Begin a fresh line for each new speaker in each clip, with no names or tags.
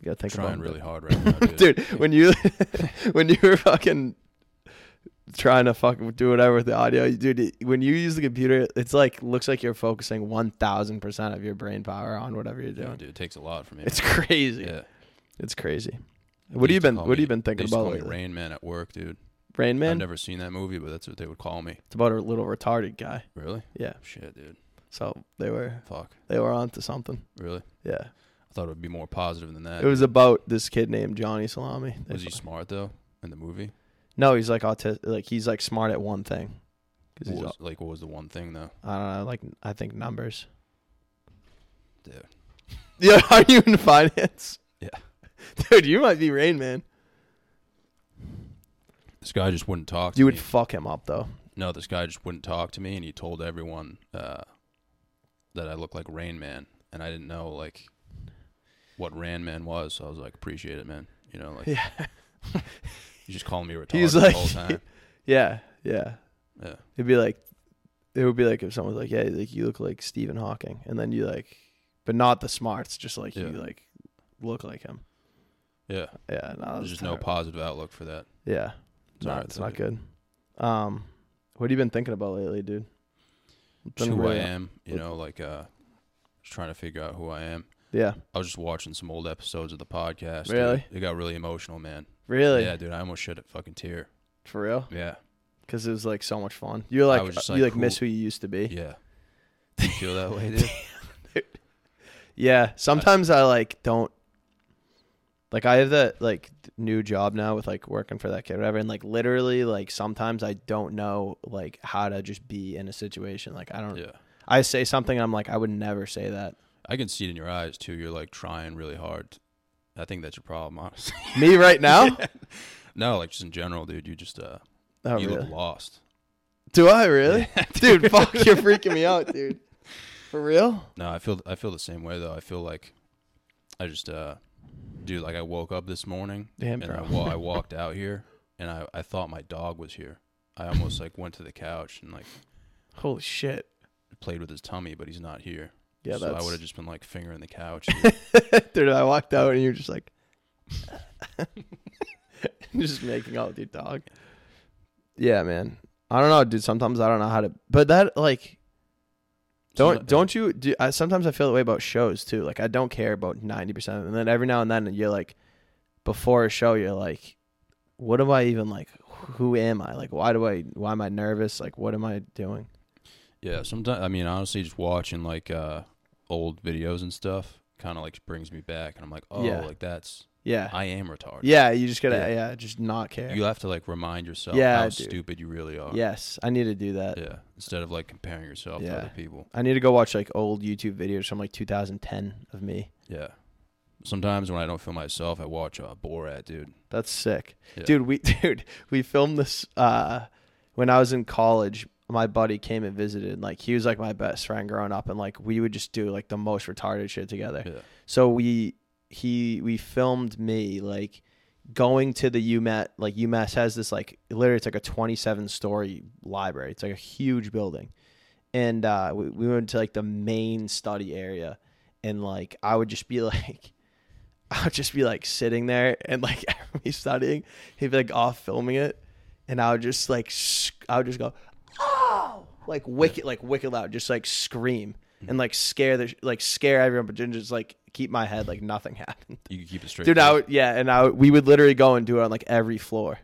You gotta think
trying
about
really hard right now, dude.
dude. When you when you were fucking trying to fucking do whatever with the audio, dude. it- When you use the computer, it's like looks like you're focusing one thousand percent of your brain power on whatever you're
Yeah,
doing.
dude, it takes a lot from you.
It's crazy.
yeah.
It's crazy. What have you been? What have you been thinking about?
They used to call
lately?
me Rain Man at work, dude.
Rain Man.
I've never seen that movie, but that's what they would call me.
it's about a little retarded guy.
Really?
Yeah.
Shit, dude.
So they were
Fuck.
they were onto something.
Really?
Yeah.
I thought it would be more positive than that.
It was about this kid named Johnny Salami. They
was he
fu-
smart though in the movie?
no, he's like autistic. Like he's like smart at one thing. 'Cause
What
he's
was- like, what was the one thing though?
I don't know, like I think numbers.
Dude.
Yeah, are you in finance?
Yeah.
Dude, you might be Rain Man.
This guy just wouldn't talk. To
You would
me.
fuck him up though.
no, this guy just wouldn't talk to me, and he told everyone uh, that I looked like Rain Man, and I didn't know like what Rain Man was. So I was like, appreciate it, man. You know, like
Yeah.
you just calling me retarded
He's
the
like-
whole time.
Yeah, yeah.
Yeah,
It'd be like it would be like if someone's like, Yeah, like you look like Stephen Hawking and then you like but not the smarts, just like you
Yeah.
like look like him.
yeah.
Yeah, no,
There's
that's
just no
terrible.
positive outlook for that.
Yeah.
It's
no,
alright,
it's
though,
not
dude.
good. Um what have you been thinking about lately, dude?
Just
Been
who I
really-
am, you know, like uh, just trying to figure out who I am.
Yeah.
I was just watching some old episodes of the podcast. dude.
Really?
It got really emotional, man.
Really?
Yeah, dude, I almost shed a fucking tear.
For real?
Yeah,
Because it was like so much fun. You're
I
like,
was just
you
like,
like miss
who-
who you used to be.
yeah. You feel that way, dude?
Yeah. Sometimes I like don't like I have that like new job now with like working for that kid or whatever and like literally like sometimes I don't know like how to just be in a situation like I don't
Yeah.
I say something I'm like I would never say that.
I can see it in your eyes too. You're like trying really hard. I think that's your problem, honestly.
Me right now?
no, like just in general, dude. You just uh,
Oh
you
really?
look lost.
Do I really? dude, fuck, you're freaking me out, dude. For real?
No, I feel I feel the same way though. I feel like I just uh, dude, like I woke up this morning
Damn,
and
bro.
I, wa- I walked out here and I I thought my dog was here. I almost like went to the couch and like
Holy shit.
played with his tummy, but he's not here.
Yeah,
so I
that's
would have just been like fingering the couch.
dude, I walked out and you're just like you're just making out with your dog. Yeah, man. I don't know, dude. Sometimes I don't know how to, but that like don't
Someti-
don't you? Do, I, sometimes I feel that way about shows too. Like I don't care about ninety percent, and then every now and then you're like, before a show, you're like, what am I even like? Who am I? Like, why do I? Why am I nervous? Like, what am I doing?
Yeah, sometimes I mean honestly, just watching like uh old videos and stuff kind of like brings me back, and I'm like, oh,
Yeah.
like that's
Yeah,
I am retarded.
yeah. You just gotta,
Yeah.
yeah, just not care.
you have to like remind yourself
Yeah,
how
dude.
stupid you really are.
yes, I need to do that.
yeah. Instead of like comparing yourself
Yeah.
to other people.
I need to go watch like old YouTube videos from like 2010 of me.
Yeah. Sometimes when I don't feel myself, I watch uh, Borat, dude.
That's sick.
Yeah.
Dude, we dude, we filmed this uh when I was in college. My buddy came and visited. Like he was like my best friend growing up and like we would just do like the most retarded shit together.
Yeah.
So we he we filmed me like going to the UMass like UMass has this like literally it's like a 27 story library. It's like a huge building. And uh we, we went to like the main study area and like I would just be like I would just be like sitting there and like me studying. He'd be like off filming it and I would just like sc- I would just go oh like wicked like wicked loud just like scream and like scare the like scare everyone but then just like keep my head like nothing happened
You can keep it straight.
dude i
face.
would yeah and i would, we would literally go and do it on like every floor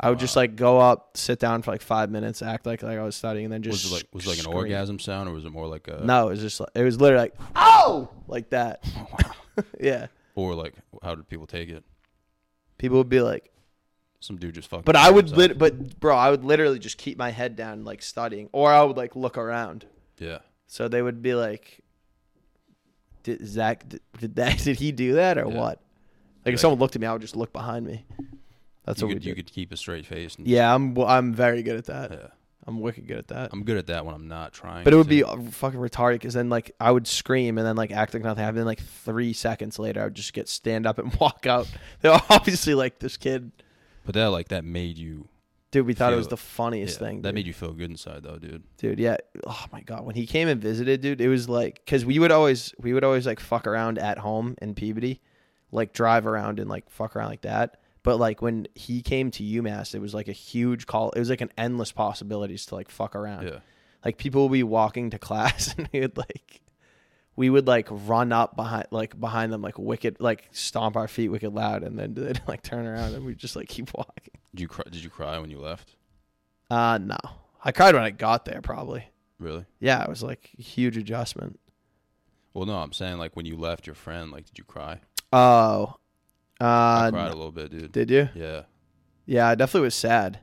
i would just like go up sit down for like five minutes act like like i was studying and then just
was it like was it like an
scream.
orgasm sound or was it more like a
no it was just like it was literally like oh like that yeah
or like how did people take it?
people would be like
Some dude just fucking.
but i would
himself.
lit- but bro i would literally just keep my head down like studying or i would like look around
yeah.
So they would be like, "Did Zach? Did, did that? Did he do that or
Yeah.
what?" Like if someone looked at me, I would just look behind me. That's
You
what
could
we
you
did.
could keep a straight face. And
Yeah, I'm well, I'm very good at that.
Yeah.
I'm wicked good at that.
I'm good at that when I'm not trying.
but it would
to.
be uh, fucking retarded because then like I would scream and then like act like nothing happened. And, like three seconds later, I would just get stand up and walk out. They're obviously like this kid,
But that like that made you
dude. We thought it
Feel-
was the funniest
Yeah,
thing.
That
dude.
made you feel good inside, though, dude.
dude yeah oh my god when he came and visited dude it was like because we would always we would always like fuck around at home in peabody like drive around and like fuck around like that. But like when he came to UMass, it was like a huge call. It was like an endless possibilities to like fuck around.
Yeah.
Like people would be walking to class and we would like we would like run up behind like behind them like wicked like stomp our feet wicked loud and then they'd like turn around and we just like keep walking.
Did you cry? Did you cry when you left?
Uh no. I cried when I got there probably.
Really?
Yeah, it was like a huge adjustment.
Well, no, I'm saying like when you left your friend, like did you cry?
Oh.
I
Uh
cried
no.
a little bit, dude.
did you?
Yeah,
Yeah, I definitely was sad.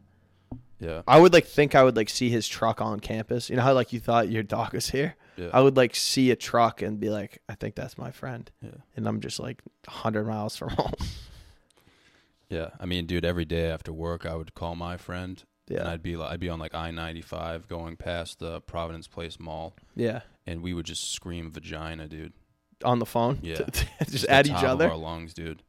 yeah,
I would like think I would like see his truck on campus. You know how like you thought your dog was here?
yeah.
I would like see a truck and be like, I think that's my friend.
Yeah.
And I'm just like 100 miles from home.
Yeah, I mean, dude, every day after work, I would call my friend, and
yeah.
I'd be like, I'd be on like I ninety five, going past the Providence Place Mall,
yeah.
and we would just scream vagina, dude.
On the phone.
Yeah.
just,
the
at each
top of
other.
our lungs, dude.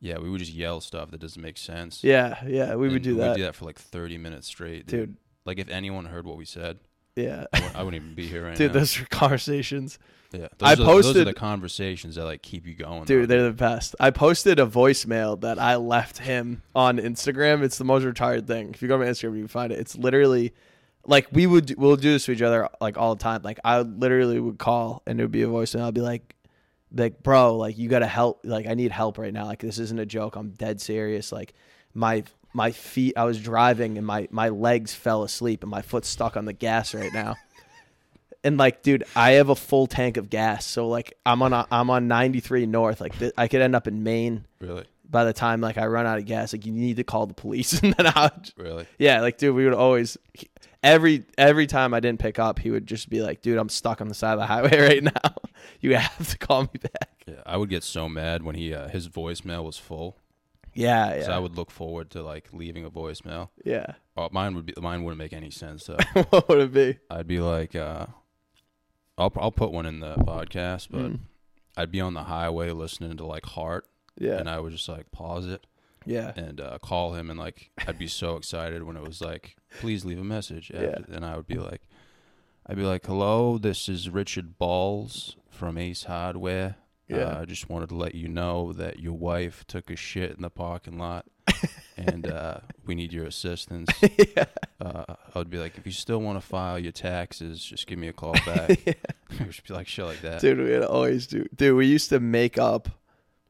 Yeah, we would just yell stuff that doesn't make sense.
Yeah. Yeah. We would
And
do that.
We'd do that for like thirty minutes straight, dude.
Dude.
Like if anyone heard what we said,
Yeah.
I wouldn't, I wouldn't even be here right
Dude,
now.
those are conversations.
yeah, those
I
are, those are the
posted-
conversations that like keep you going,
Dude,
though.
they're the best. I posted a voicemail that I left him on Instagram. It's the most retired thing. If you go to my Instagram, you can find it. It's literally like we would we'll do this to each other like all the time. Like I literally would call and it would be a voicemail. I'd be like, like bro, like you gotta help. Like I need help right now. Like this isn't a joke. I'm dead serious. Like my my feet. I was driving and my my legs fell asleep and my foot's stuck on the gas right now. and like dude i have a full tank of gas so like i'm on a, i'm on 93 north like th- i could end up in maine
really,
by the time like i run out of gas like you need to call the police and then i would
really.
yeah like dude we would always every every time i didn't pick up he would just be like dude i'm stuck on the side of the highway right now you have to call me back
Yeah, I would get so mad when he uh, his voicemail was full,
yeah yeah
so I would look forward to like leaving a voicemail.
yeah
Oh, mine would be mine wouldn't make any sense though.
what would it be
I'd be like, uh, I'll I'll put one in the podcast, but
Mm.
I'd be on the highway listening to like Heart,
yeah
and I would just like pause it
yeah
and uh, call him, and like I'd be so excited when it was like, please leave a message.
Yeah.
And I would be like, I'd be like, hello, this is Richard Balls from Ace Hardware.
Yeah.
Uh, I just wanted to let you know that your wife took a shit in the parking lot, and uh, we need your assistance.
yeah
Uh, I would be like, if you still want to file your taxes, just give me a call back.
Yeah.
It should be like shit like that.
dude we would always do dude we used to make up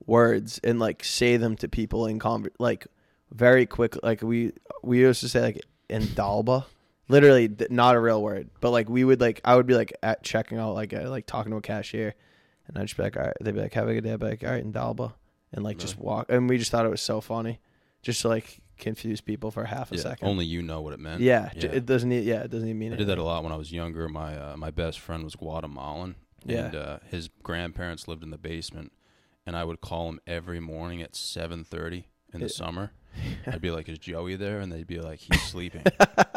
words and like say them to people in conver- like very quick like we we used to say like indalba literally th- not a real word but like we would like i would be like at checking out like uh, like talking to a cashier and i'd just be like all right they'd be like have a good day I'd be like all right indalba and like just walk and we just thought it was so funny just to like confuse people for half a
Yeah,
second
Only you know what it meant.
yeah, j-
yeah.
it doesn't e- yeah it doesn't even mean
I
it
did that a lot when I was younger. My uh, my best friend was Guatemalan,
Yeah.
and uh, his grandparents lived in the basement, and I would call him every morning at seven thirty in the
Yeah.
summer. I'd be like, "Is Joey there?" And they'd be like, "He's sleeping,"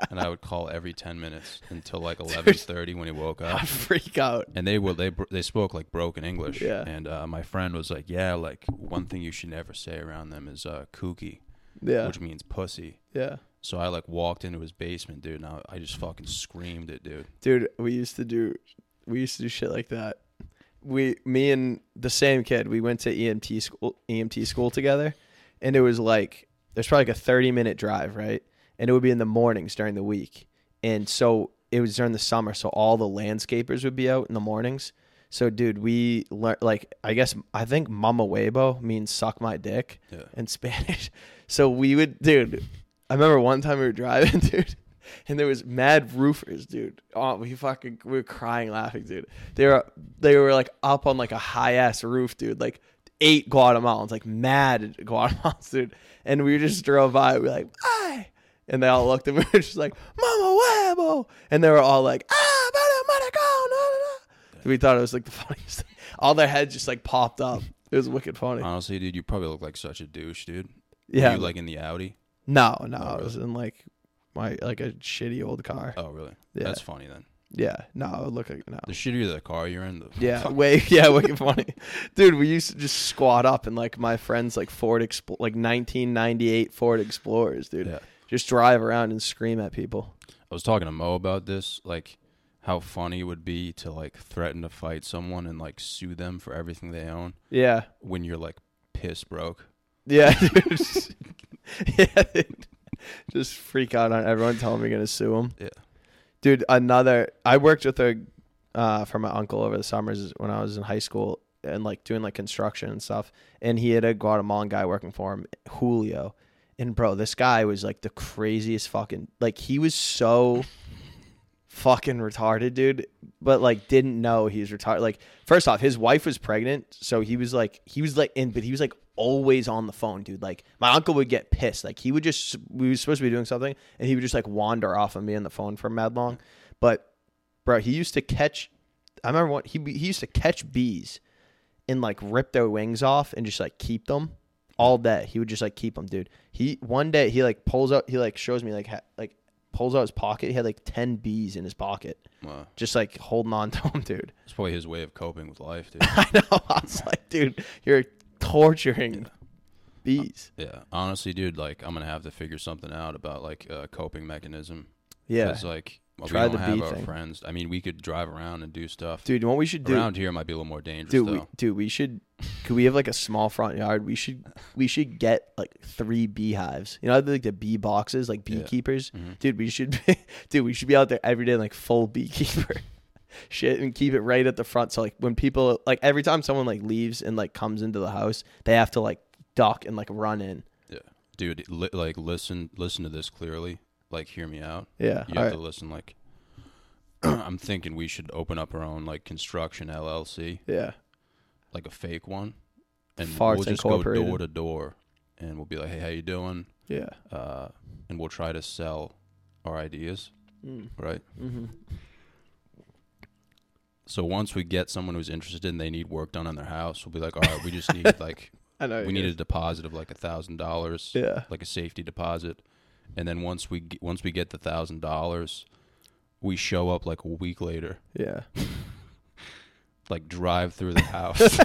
and I would call every ten minutes until like eleven thirty when he woke up.
i freak out
and they were they br- they spoke like broken English.
Yeah.
And uh, my friend was like, "Yeah, like one thing you should never say around them is uh, kooky,
yeah
which means pussy."
yeah
So I like walked into his basement, dude, and I, I just fucking screamed it, dude.
dude we used to do we used to do shit like that we me and the same kid we went to emt school emt school together and it was like there's probably like a 30 minute drive right and it would be in the mornings during the week and so it was during the summer so all the landscapers would be out in the mornings so dude we learned like i guess i think mama huevo means suck my dick
Yeah.
in Spanish. So we would, dude. I remember one time we were driving, dude, and there was mad roofers, dude. Oh, we fucking we were crying laughing, dude. They were they were like up on like a high ass roof, dude. Like eight Guatemalans, like mad Guatemalans, dude. And we just drove by. We were like, ay. And they all looked and we were just like, Mama huevo. And they were all like, ah, para maricón, ah, ah, ah." We thought it was like the funniest thing. All their heads just like popped up. It was wicked funny.
Honestly, dude, you probably look like such a douche, dude. Were
yeah.
Uh, you like in the Audi?
No, no, it was in like my like a shitty old car.
Oh, really?
Yeah.
That's funny then.
Yeah, no, it looked like no.
The shittier the car you're in, the
Yeah, way yeah, way funny, dude. We used to just squat up in like my friend's like Ford Expl- like 1998 Ford Explorers, dude.
Yeah.
Just drive around and scream at people.
I was talking to Mo about this, like how funny it would be to like threaten to fight someone and like sue them for everything they own
Yeah,
when you're like piss broke.
Yeah, dude. yeah, dude. just freak out on everyone. Tell them you're gonna sue them.
Yeah.
dude. Another. I worked with a uh, for my uncle over the summers when I was in high school and like doing like construction and stuff. And he had a Guatemalan guy working for him, Julio. And bro, this guy was like the craziest fucking. Like he was so fucking retarded, dude. But like didn't know he was retarded. Like first off, his wife was pregnant, so he was like he was like in, but he was like always on the phone, dude. Like my uncle would get pissed. Like he would just we were supposed to be doing something, and he would just like wander off on me on the phone for mad long. But bro, he used to catch. I remember what he he used to catch bees and like rip their wings off and just like keep them all day. He would just like keep them, dude. He one day he like pulls out he like shows me like ha, like pulls out his pocket. He had like ten bees in his pocket,
Wow.
just like holding on to him, dude.
It's probably his way of coping with life, dude.
I know. I was like, dude, you're torturing bees.
yeah. Honestly, dude, like I'm gonna have to figure something out about like a coping mechanism.
Yeah,
'Cause, like well,
Try
we
the
don't have
bee
our
thing.
friends. I mean, we could drive around and do stuff.
dude. What we should do,
around here might be a little more dangerous
dude?
though.
We, dude, we should. Could we have like a small front yard? We should. We should get like three beehives. You know, like the bee boxes, like beekeepers.
Mm-hmm.
Dude, we should. Be, dude, we should be out there every day, like full beekeeper. Shit, and keep it right at the front. So like when people like every time someone like leaves and like comes into the house, they have to like duck and like run in.
Yeah, dude. Li- like, listen, listen to this clearly. Like, hear me out.
Yeah,
you
all right.
have to listen. Like, I'm thinking we should open up our own like construction LLC,
Yeah,
like a fake one, and
Farts
we'll just go
Incorporated.
door to door, and we'll be like, "Hey, how you doing?"
yeah.
Uh, and we'll try to sell our ideas,
Mm.
right?
hmm
So once we get someone who's interested and they need work done on their house, we'll be like, "All right, we just need like
I know.
we need a deposit of like a thousand dollars."
Yeah.
like a safety deposit, and then once we get, once we get the thousand dollars, we show up like a week later,
Yeah.
like drive through the house,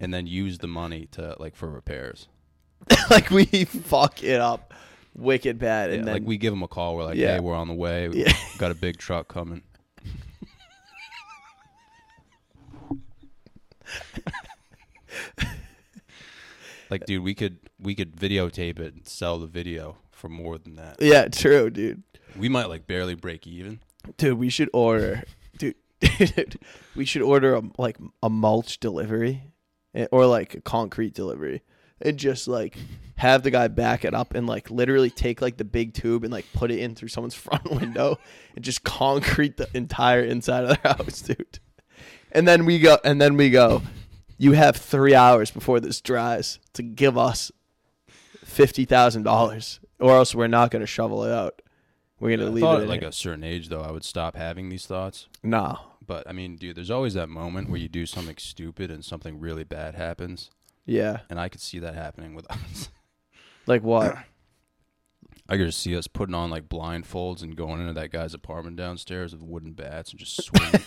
and then use the money to like for repairs.
like we fuck it up wicked bad
Yeah,
and then
like we give them a call. We're like,
Yeah.
hey, we're on the way. We
Yeah.
got a big truck coming. like, dude, we could we could videotape it and sell the video for more than that.
yeah true dude
We might like barely break even.
dude we should order dude, dude we should order a, like a mulch delivery eh, or like a concrete delivery and just like have the guy back it up and like literally take like the big tube and like put it in through someone's front window and just concrete the entire inside of their house dude and then we go and then we go you have three hours before this dries to give us fifty thousand dollars or else we're not going to shovel it out we're going to
I
leave
thought
it
at
in
like
here.
a certain age though, I would stop having these thoughts.
no
But I mean, dude, there's always that moment where you do something stupid and something really bad happens,
yeah
and I could see that happening with us.
Like what?
I could just see us putting on like blindfolds and going into that guy's apartment downstairs with wooden bats and just swinging,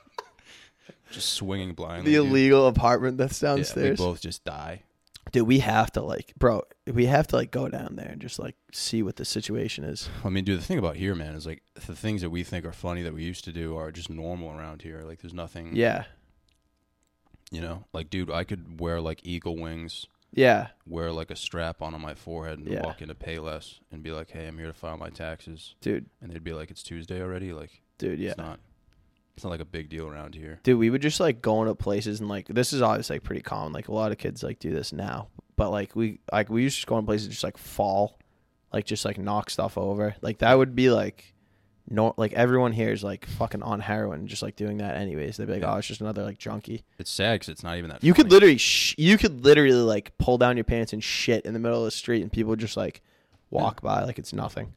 just swinging blindly.
the
dude.
illegal apartment that's
Yeah, we
downstairs.
both just die.
Dude, we have to like, bro, we have to like go down there and just like see what the situation is.
I mean, dude, the thing about here, man, is like the things that we think are funny that we used to do are just normal around here. Like, there's nothing,
Yeah.
you know. Like, dude, I could wear like eagle wings
Yeah.
wear like a strap onto my forehead and
Yeah.
walk into Payless and be like, "Hey, I'm here to file my taxes,"
Dude,
and they'd be like, "It's Tuesday already." Like,
dude, yeah.
it's not, it's not like a big deal around here.
Dude, we would just like go into places and like this is obviously like pretty common. Like a lot of kids like do this now. But like we like we used to just go in places and just like fall. Like just like knock stuff over. Like that would be like no like everyone here is like fucking on heroin and just like doing that anyways. They'd be like,
Yeah.
Oh, it's just another like junkie.
It's sad 'cause it's not even that.
You could
funny.
literally, sh- you could literally like pull down your pants and shit in the middle of the street, and people just like walk by like it's nothing.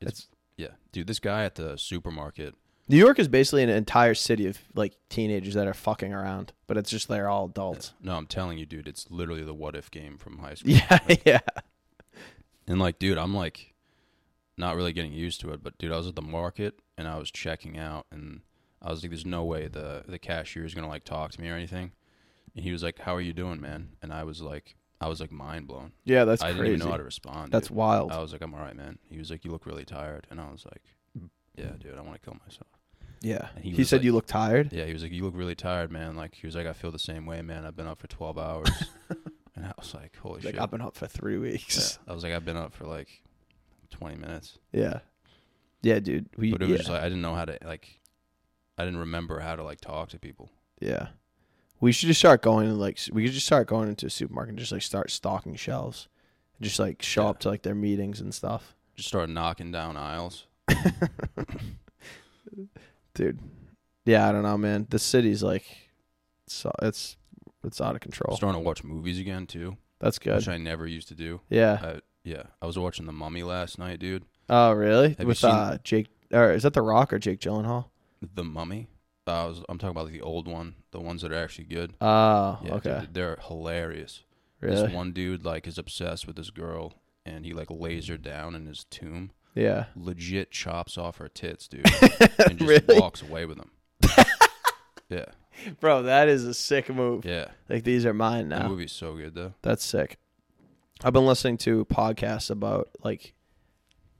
It's, yeah, dude, this guy at the supermarket.
New York is basically an entire city of like teenagers that are fucking around, but it's just they're all adults.
uh, No, I'm telling you, dude, it's literally the what if game from high school.
Yeah, yeah,
And like, dude, I'm like, not really getting used to it. But dude, I was at the market and I was checking out, and I was like, "There's no way the the cashier is gonna like talk to me or anything." And he was like, "How are you doing, man?" And I was like, I was like mind blown.
yeah. That's
I
crazy.
didn't even know how to Oh. respond.
that's
dude.
wild.
I was like, I'm all right, man. He was like, you look really tired, and I was like, yeah, dude, I want to kill myself.
Yeah.
And
He,
he was
said
like-
you look tired.
Yeah, he was like, "You look really tired, man." Like he was like, "I feel the same way, man. I've been up for twelve hours," and I was like, "Holy
Like
shit!"
I've been up for three weeks.
I was like, "I've been up for like twenty minutes,"
Yeah. Yeah, dude. We
but it was
yeah,
just like I didn't know how to like, I didn't remember how to like talk to people.
yeah. We should just start going to like s- we could just start going into a supermarket and just like start stocking shelves. And just like show
Yeah.
up to like their meetings and stuff.
Just started knocking down aisles.
Dude. Yeah, I don't know, man. The city's like so it's it's out of control.
Starting to watch movies again too,
That's good.
which I never used to do.
Yeah.
I, yeah, I was watching The Mummy last night, dude.
Oh, really?
you
With
seen-
uh Jake or is that The Rock or Jake Gyllenhaal?
The Mummy. Uh, I was. I'm talking about like, the old one, the ones that are actually good.
Oh,
Yeah,
okay.
dude, they're hilarious.
really?
This one dude like is obsessed with this girl, and he like lays her down in his tomb.
Yeah.
Legit chops off her tits, dude, and just
Really?
walks away with them. yeah,
Bro, that is a sick move.
yeah.
Like these are mine
The
now.
movie's so good though.
That's sick. I've been listening to podcasts about like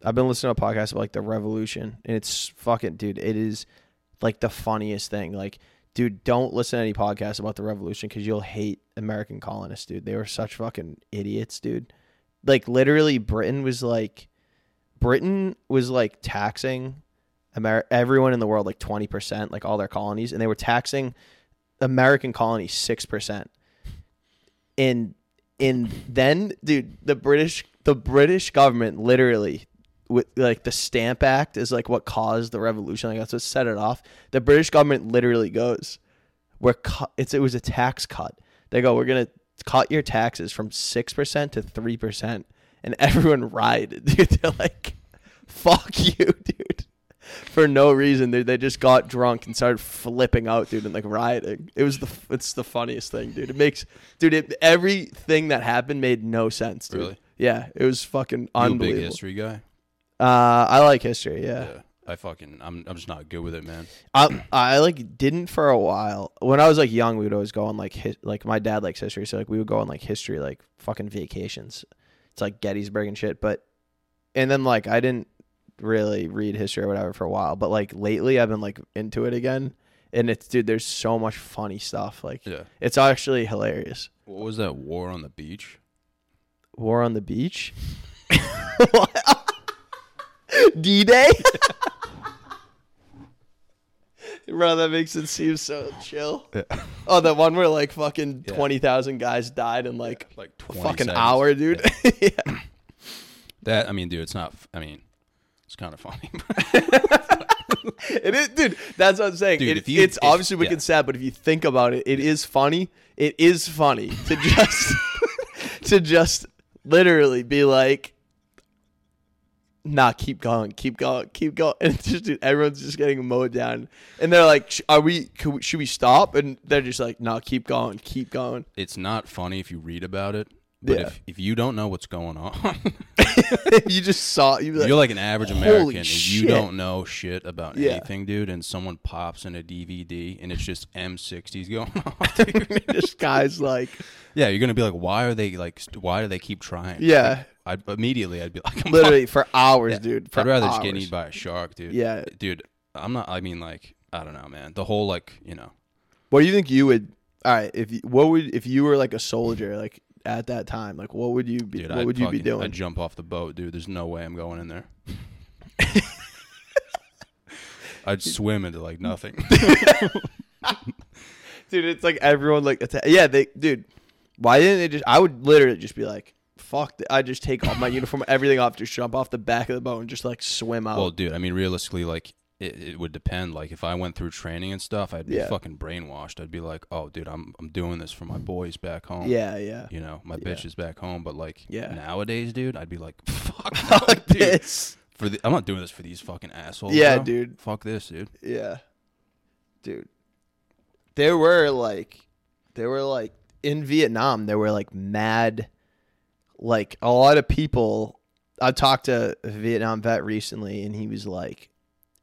I've been listening to podcasts about like the revolution and it's fucking dude, it is like the funniest thing. Like dude, don't listen to any podcasts about the revolution cuz you'll hate American colonists, dude. They were such fucking idiots, dude. Like literally Britain was like Britain was like taxing Amer- everyone in the world like 20%, like all their colonies and they were taxing American colonies 6% and and then dude the british the british government literally with like the stamp act is like what caused the revolution like that's what set it off the british government literally goes we're cut it's it was a tax cut they go we're gonna cut your taxes from 6% to 3% and everyone rioted dude they're like fuck you dude for no reason dude they just got drunk and started flipping out dude and like rioting it was the it's the funniest thing dude it makes dude it, everything that happened made no sense dude
Really?
yeah it was fucking
You a big
unbelievable
history guy.
uh, I like history. Yeah,
Yeah, I fucking. I'm. I'm just not good with it, man.
I I like didn't for a while. When I was like young, we would always go on like his, like my dad likes history, so like we would go on like history like fucking vacations. It's like Gettysburg and shit. But and then like I didn't really read history or whatever for a while, but like lately I've been like into it again. And it's dude, there's so much funny stuff. Like
Yeah.
it's actually hilarious.
What was that war on the beach?
War on the beach. D Day. Bro, that makes it seem so chill. Oh, that one where like fucking
Yeah.
twenty thousand guys died in like
Like
a
20
fucking
seconds.
hour, dude. Yeah.
That I mean, dude, it's not. f- I mean, it's kind of funny.
It is, dude. That's what I'm saying.
Dude,
It-
if you-
it's
if-
obviously wicked
yeah.
sad, but if you think about it, it is funny. It is funny to just to just literally be like, "Nah, keep going, keep going, keep going," and it's just dude, everyone's just getting mowed down, and they're like, "Sh- "Are we? Could we should we stop?" And they're just like, "Nah, keep going, keep going."
it's not funny if you read about it, but
Yeah.
if if you don't know what's going on,
you just saw you like,
You're like an average
"Holy
American. and
shit."
You don't know shit about
Yeah.
anything, dude. And someone pops in a DVD and it's just M60s going on. dude.
this guy's like,
yeah, you're gonna be like, why are they like? st- Why do they keep trying?
"Yeah."
I'd, immediately I'd be like, I'm not-
Literally for hours, dude. For
I'd rather just get
hours.
eaten by a shark, dude.
Yeah.
dude. I'm not. I mean, like, I don't know, man. The whole like, you know,
What do you think you would? All right, if you, what would if you were like a soldier, like at that time, like what would you be?
dude.
what
I'd
would you be
fucking- I'd
doing?
jump off the boat, dude. There's no way I'm going in there. I'd swim into like nothing.
dude, it's like everyone like atta- yeah, they dude. Why didn't they just? I would literally just be like, fuck. th- I just take off my uniform, everything off, just jump off the back of the boat and just like swim out.
Well, dude, I mean, realistically, like it, it would depend. Like if I went through training and stuff, I'd be
Yeah.
fucking brainwashed. I'd be like, oh, dude, I'm I'm doing this for my boys back home.
yeah, yeah.
You know, my bitch is back home, but like
Yeah. Oh,
nowadays, dude, I'd be like, fuck,
Fuck
dude.
this.
For the, I'm not doing this for these fucking assholes.
Yeah,
bro.
dude.
Fuck this, dude.
Yeah, dude. There were like, there were like in Vietnam. There were like mad, like a lot of people. I talked to a Vietnam vet recently, and he was like,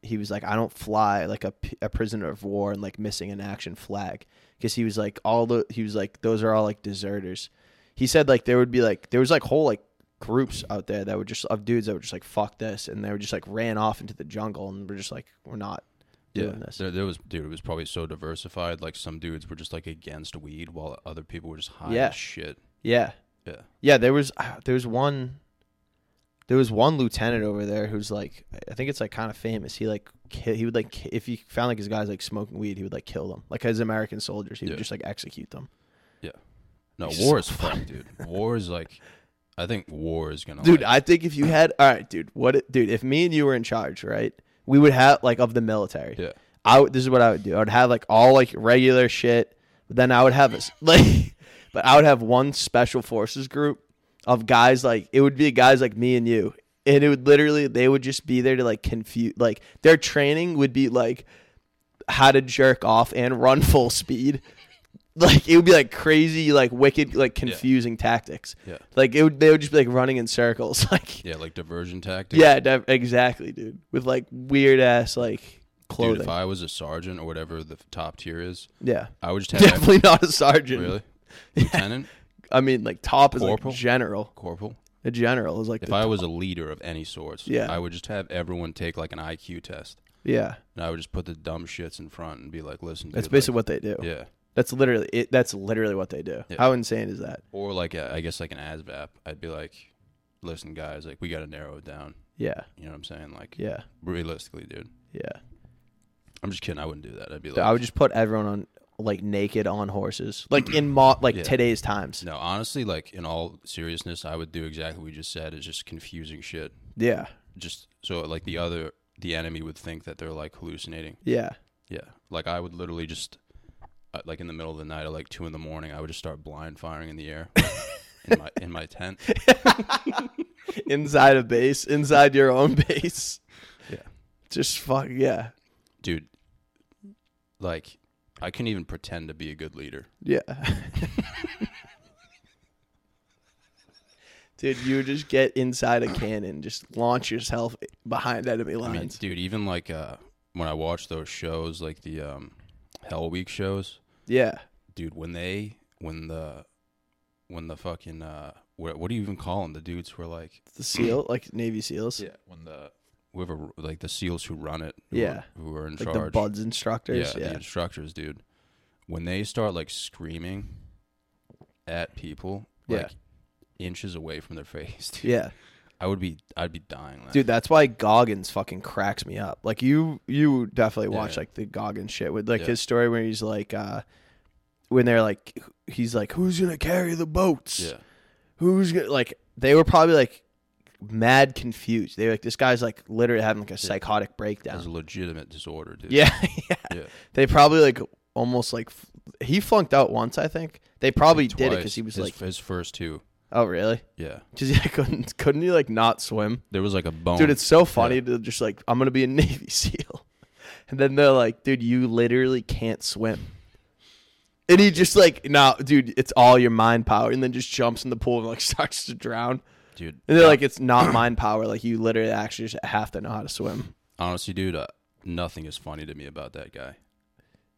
he was like, I don't fly like a, p- a prisoner of war and like missing an action flag because he was like all the he was like those are all like deserters. He said like there would be like there was like whole like groups out there that were just of dudes that were just like fuck this and they were just like ran off into the jungle and were just like we're not doing this.
There, there was dude. It was probably so diversified. Like some dudes were just like against weed, while other people were just high
Yeah.
as shit.
Yeah.
Yeah.
Yeah, there was ah, there was one there was one lieutenant over there who's like I think it's like kind of famous. He like ki- he would like ki- if he found like his guys like smoking weed, he would like kill them. Like his American soldiers, he
Yeah.
would just like execute them.
No,
It's
war is
so
fuck, dude. War is like, I think war is gonna.
Dude,
like-
I think if you had all right, dude, what it- dude, if me and you were in charge, right? We would have like of the military.
Yeah.
I would, this is what I would do. I would have like all like regular shit, but then I would have a s like but I would have one special forces group of guys like it would be guys like me and you. And it would literally they would just be there to like confuse like their training would be like how to jerk off and run full speed. Like it would be like crazy, like wicked, like confusing tactics.
Yeah.
Like it would, they would just be like running in circles. Like
yeah, like diversion tactics.
yeah, def- exactly, dude. With like weird ass like
dude.
clothing.
If I was a sergeant or whatever the top tier is,
yeah,
I would just have
definitely not a sergeant.
really lieutenant,
I mean, like top is
Corporal?
like general.
corporal.
A general is like
If
the
I
top-
was a leader of any sorts,
Yeah.
I would just have everyone take like an IQ test,
yeah.
and I would just put the dumb shits in front and be like, "Listen,
That's
dude, like-
basically what they do.
yeah."
That's literally it. That's literally what they do.
Yeah.
How insane is that?
Or like, a, I guess like an ASVAP, I'd be like, "Listen, guys, like we got to narrow it down."
Yeah,
You know what I'm saying? Like,
yeah,
realistically, dude.
yeah.
I'm just kidding. I wouldn't do that. I'd be like,
Dude, I would just put everyone on like naked on horses, like in mo- like
Yeah.
today's times.
No, honestly, like in all seriousness, I would do exactly what you just said. It's just confusing shit.
Yeah,
Just so like the other, the enemy would think that they're like hallucinating.
yeah,
Yeah, like I would literally just, uh, like in the middle of the night or like two in the morning, I would just start blind firing in the air, in my in my tent.
inside a base, inside your own base.
Yeah.
Just fuck yeah.
Dude, like I couldn't even pretend to be a good leader.
Yeah. Dude, you would just get inside a cannon, just launch yourself behind enemy
I mean,
lines.
dude, even like uh, when I watch those shows, like the um, Hell Week shows,
yeah.
dude when they when the when the fucking uh what, what do you even call them the dudes who are like
The SEAL, like Navy SEAls.
when the whoever like the seals who run it who
Yeah.
are, who are in
Like the
charge
BUDS instructors.
yeah,
Yeah.
the instructors dude when they start like screaming at people
Yeah.
like inches away from their face dude
Yeah.
i would be i'd be dying laughing.
Dude, that's why Goggins fucking cracks me up. Like you you definitely
Yeah,
watch
yeah.
like the Goggins shit with like
Yeah.
his story where he's like uh when they're like he's like, Who's gonna carry the boats?
yeah
who's gonna like they were probably like mad confused they were like this guy's like literally having like a psychotic
that's a
breakdown
legitimate disorder dude
yeah yeah
Yeah.
they probably like almost like f- he flunked out once i think they probably did it
Twice.
because he was
his,
like
his first two
oh really
yeah
because he couldn't couldn't he like not swim
there was like a bone
dude it's so funny to just like i'm gonna be a navy seal and then they're like dude you literally can't swim and he just like no dude it's all your mind power and then just jumps in the pool and like starts to drown
dude
and they're like, it's not mind power. Like you literally actually just have to know how to swim.
honestly dude uh, nothing is funny to me about that guy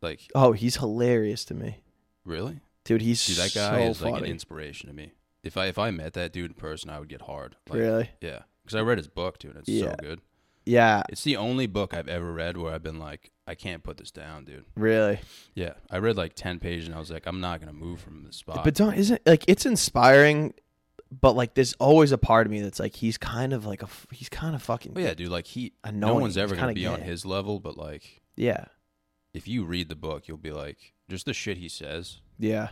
like
Oh, he's hilarious to me,
Really?
dude. He's
Dude, that guy
so
is
funny.
like an inspiration to me. If I if I met that dude in person, I would get hard. Like,
really?
Yeah, because I read his book, dude. It's so
Yeah.
good.
Yeah,
It's the only book I've ever read where I've been like, I can't put this down, dude.
really.
Yeah, I read like ten pages and I was like, I'm not gonna move from this spot.
But don't isn't like it's inspiring, but like there's always a part of me that's like he's kind of like a f- he's kind of fucking
But yeah, dude, like he, no
Annoying.
one's ever
It's
gonna
kinda
be on
gay.
his level. But like,
yeah
if you read the book, you'll be like, just the shit he says,
yeah.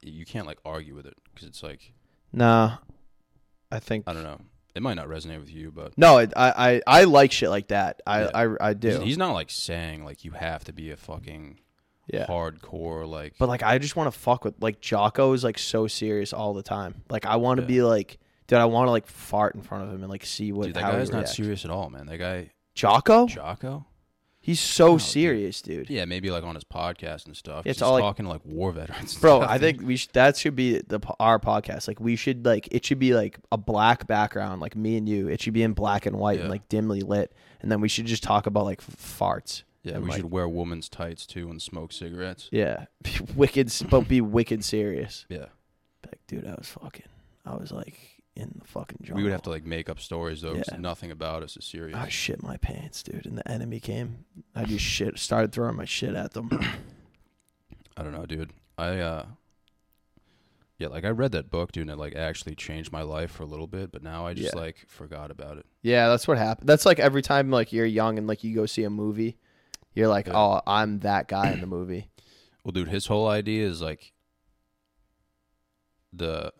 you can't like argue with it because it's like,
Nah, I think
I don't know, it might not resonate with you, but
no. It, I I I like shit like that. I
Yeah.
I, I do.
he's, he's not like saying like you have to be a fucking
yeah.
hardcore like
But like I just want to fuck with like Jocko is like so serious all the time. Like I want to
Yeah.
be like dude, I want to like fart in front of him and like see what
dude that
how
guy's
he
not
reacts.
serious at all man that guy
Jocko?
jocko
He's so
No, Oh, dude.
serious, dude.
yeah maybe like on his podcast and stuff
It's
he's
all, like-
talking to like war veterans and
Bro,
stuff.
I think we should, that should be the po- our podcast. Like we should like it should be like a black background, like me and you. It should be in black and white
Yeah.
and like dimly lit, and then we should just talk about like f- farts.
yeah
and,
we
like-
should wear women's tights too and smoke cigarettes
Yeah, be wicked, s- but be wicked serious.
yeah
Like, dude, I was fucking. I was like in the fucking jungle.
We would have to like make up stories though. 'cause
Yeah.
Nothing about us is serious.
I shit my pants, dude, and the enemy came. I just shit started throwing my shit at them.
I don't know, dude. I uh Yeah, like I read that book, dude, and it like actually changed my life for a little bit, but now I just
Yeah.
like forgot about it.
yeah, that's what happened. That's like every time like you're young and like you go see a movie, you're like,
Yeah.
oh, I'm that guy in the movie.
Well, dude, his whole idea is like the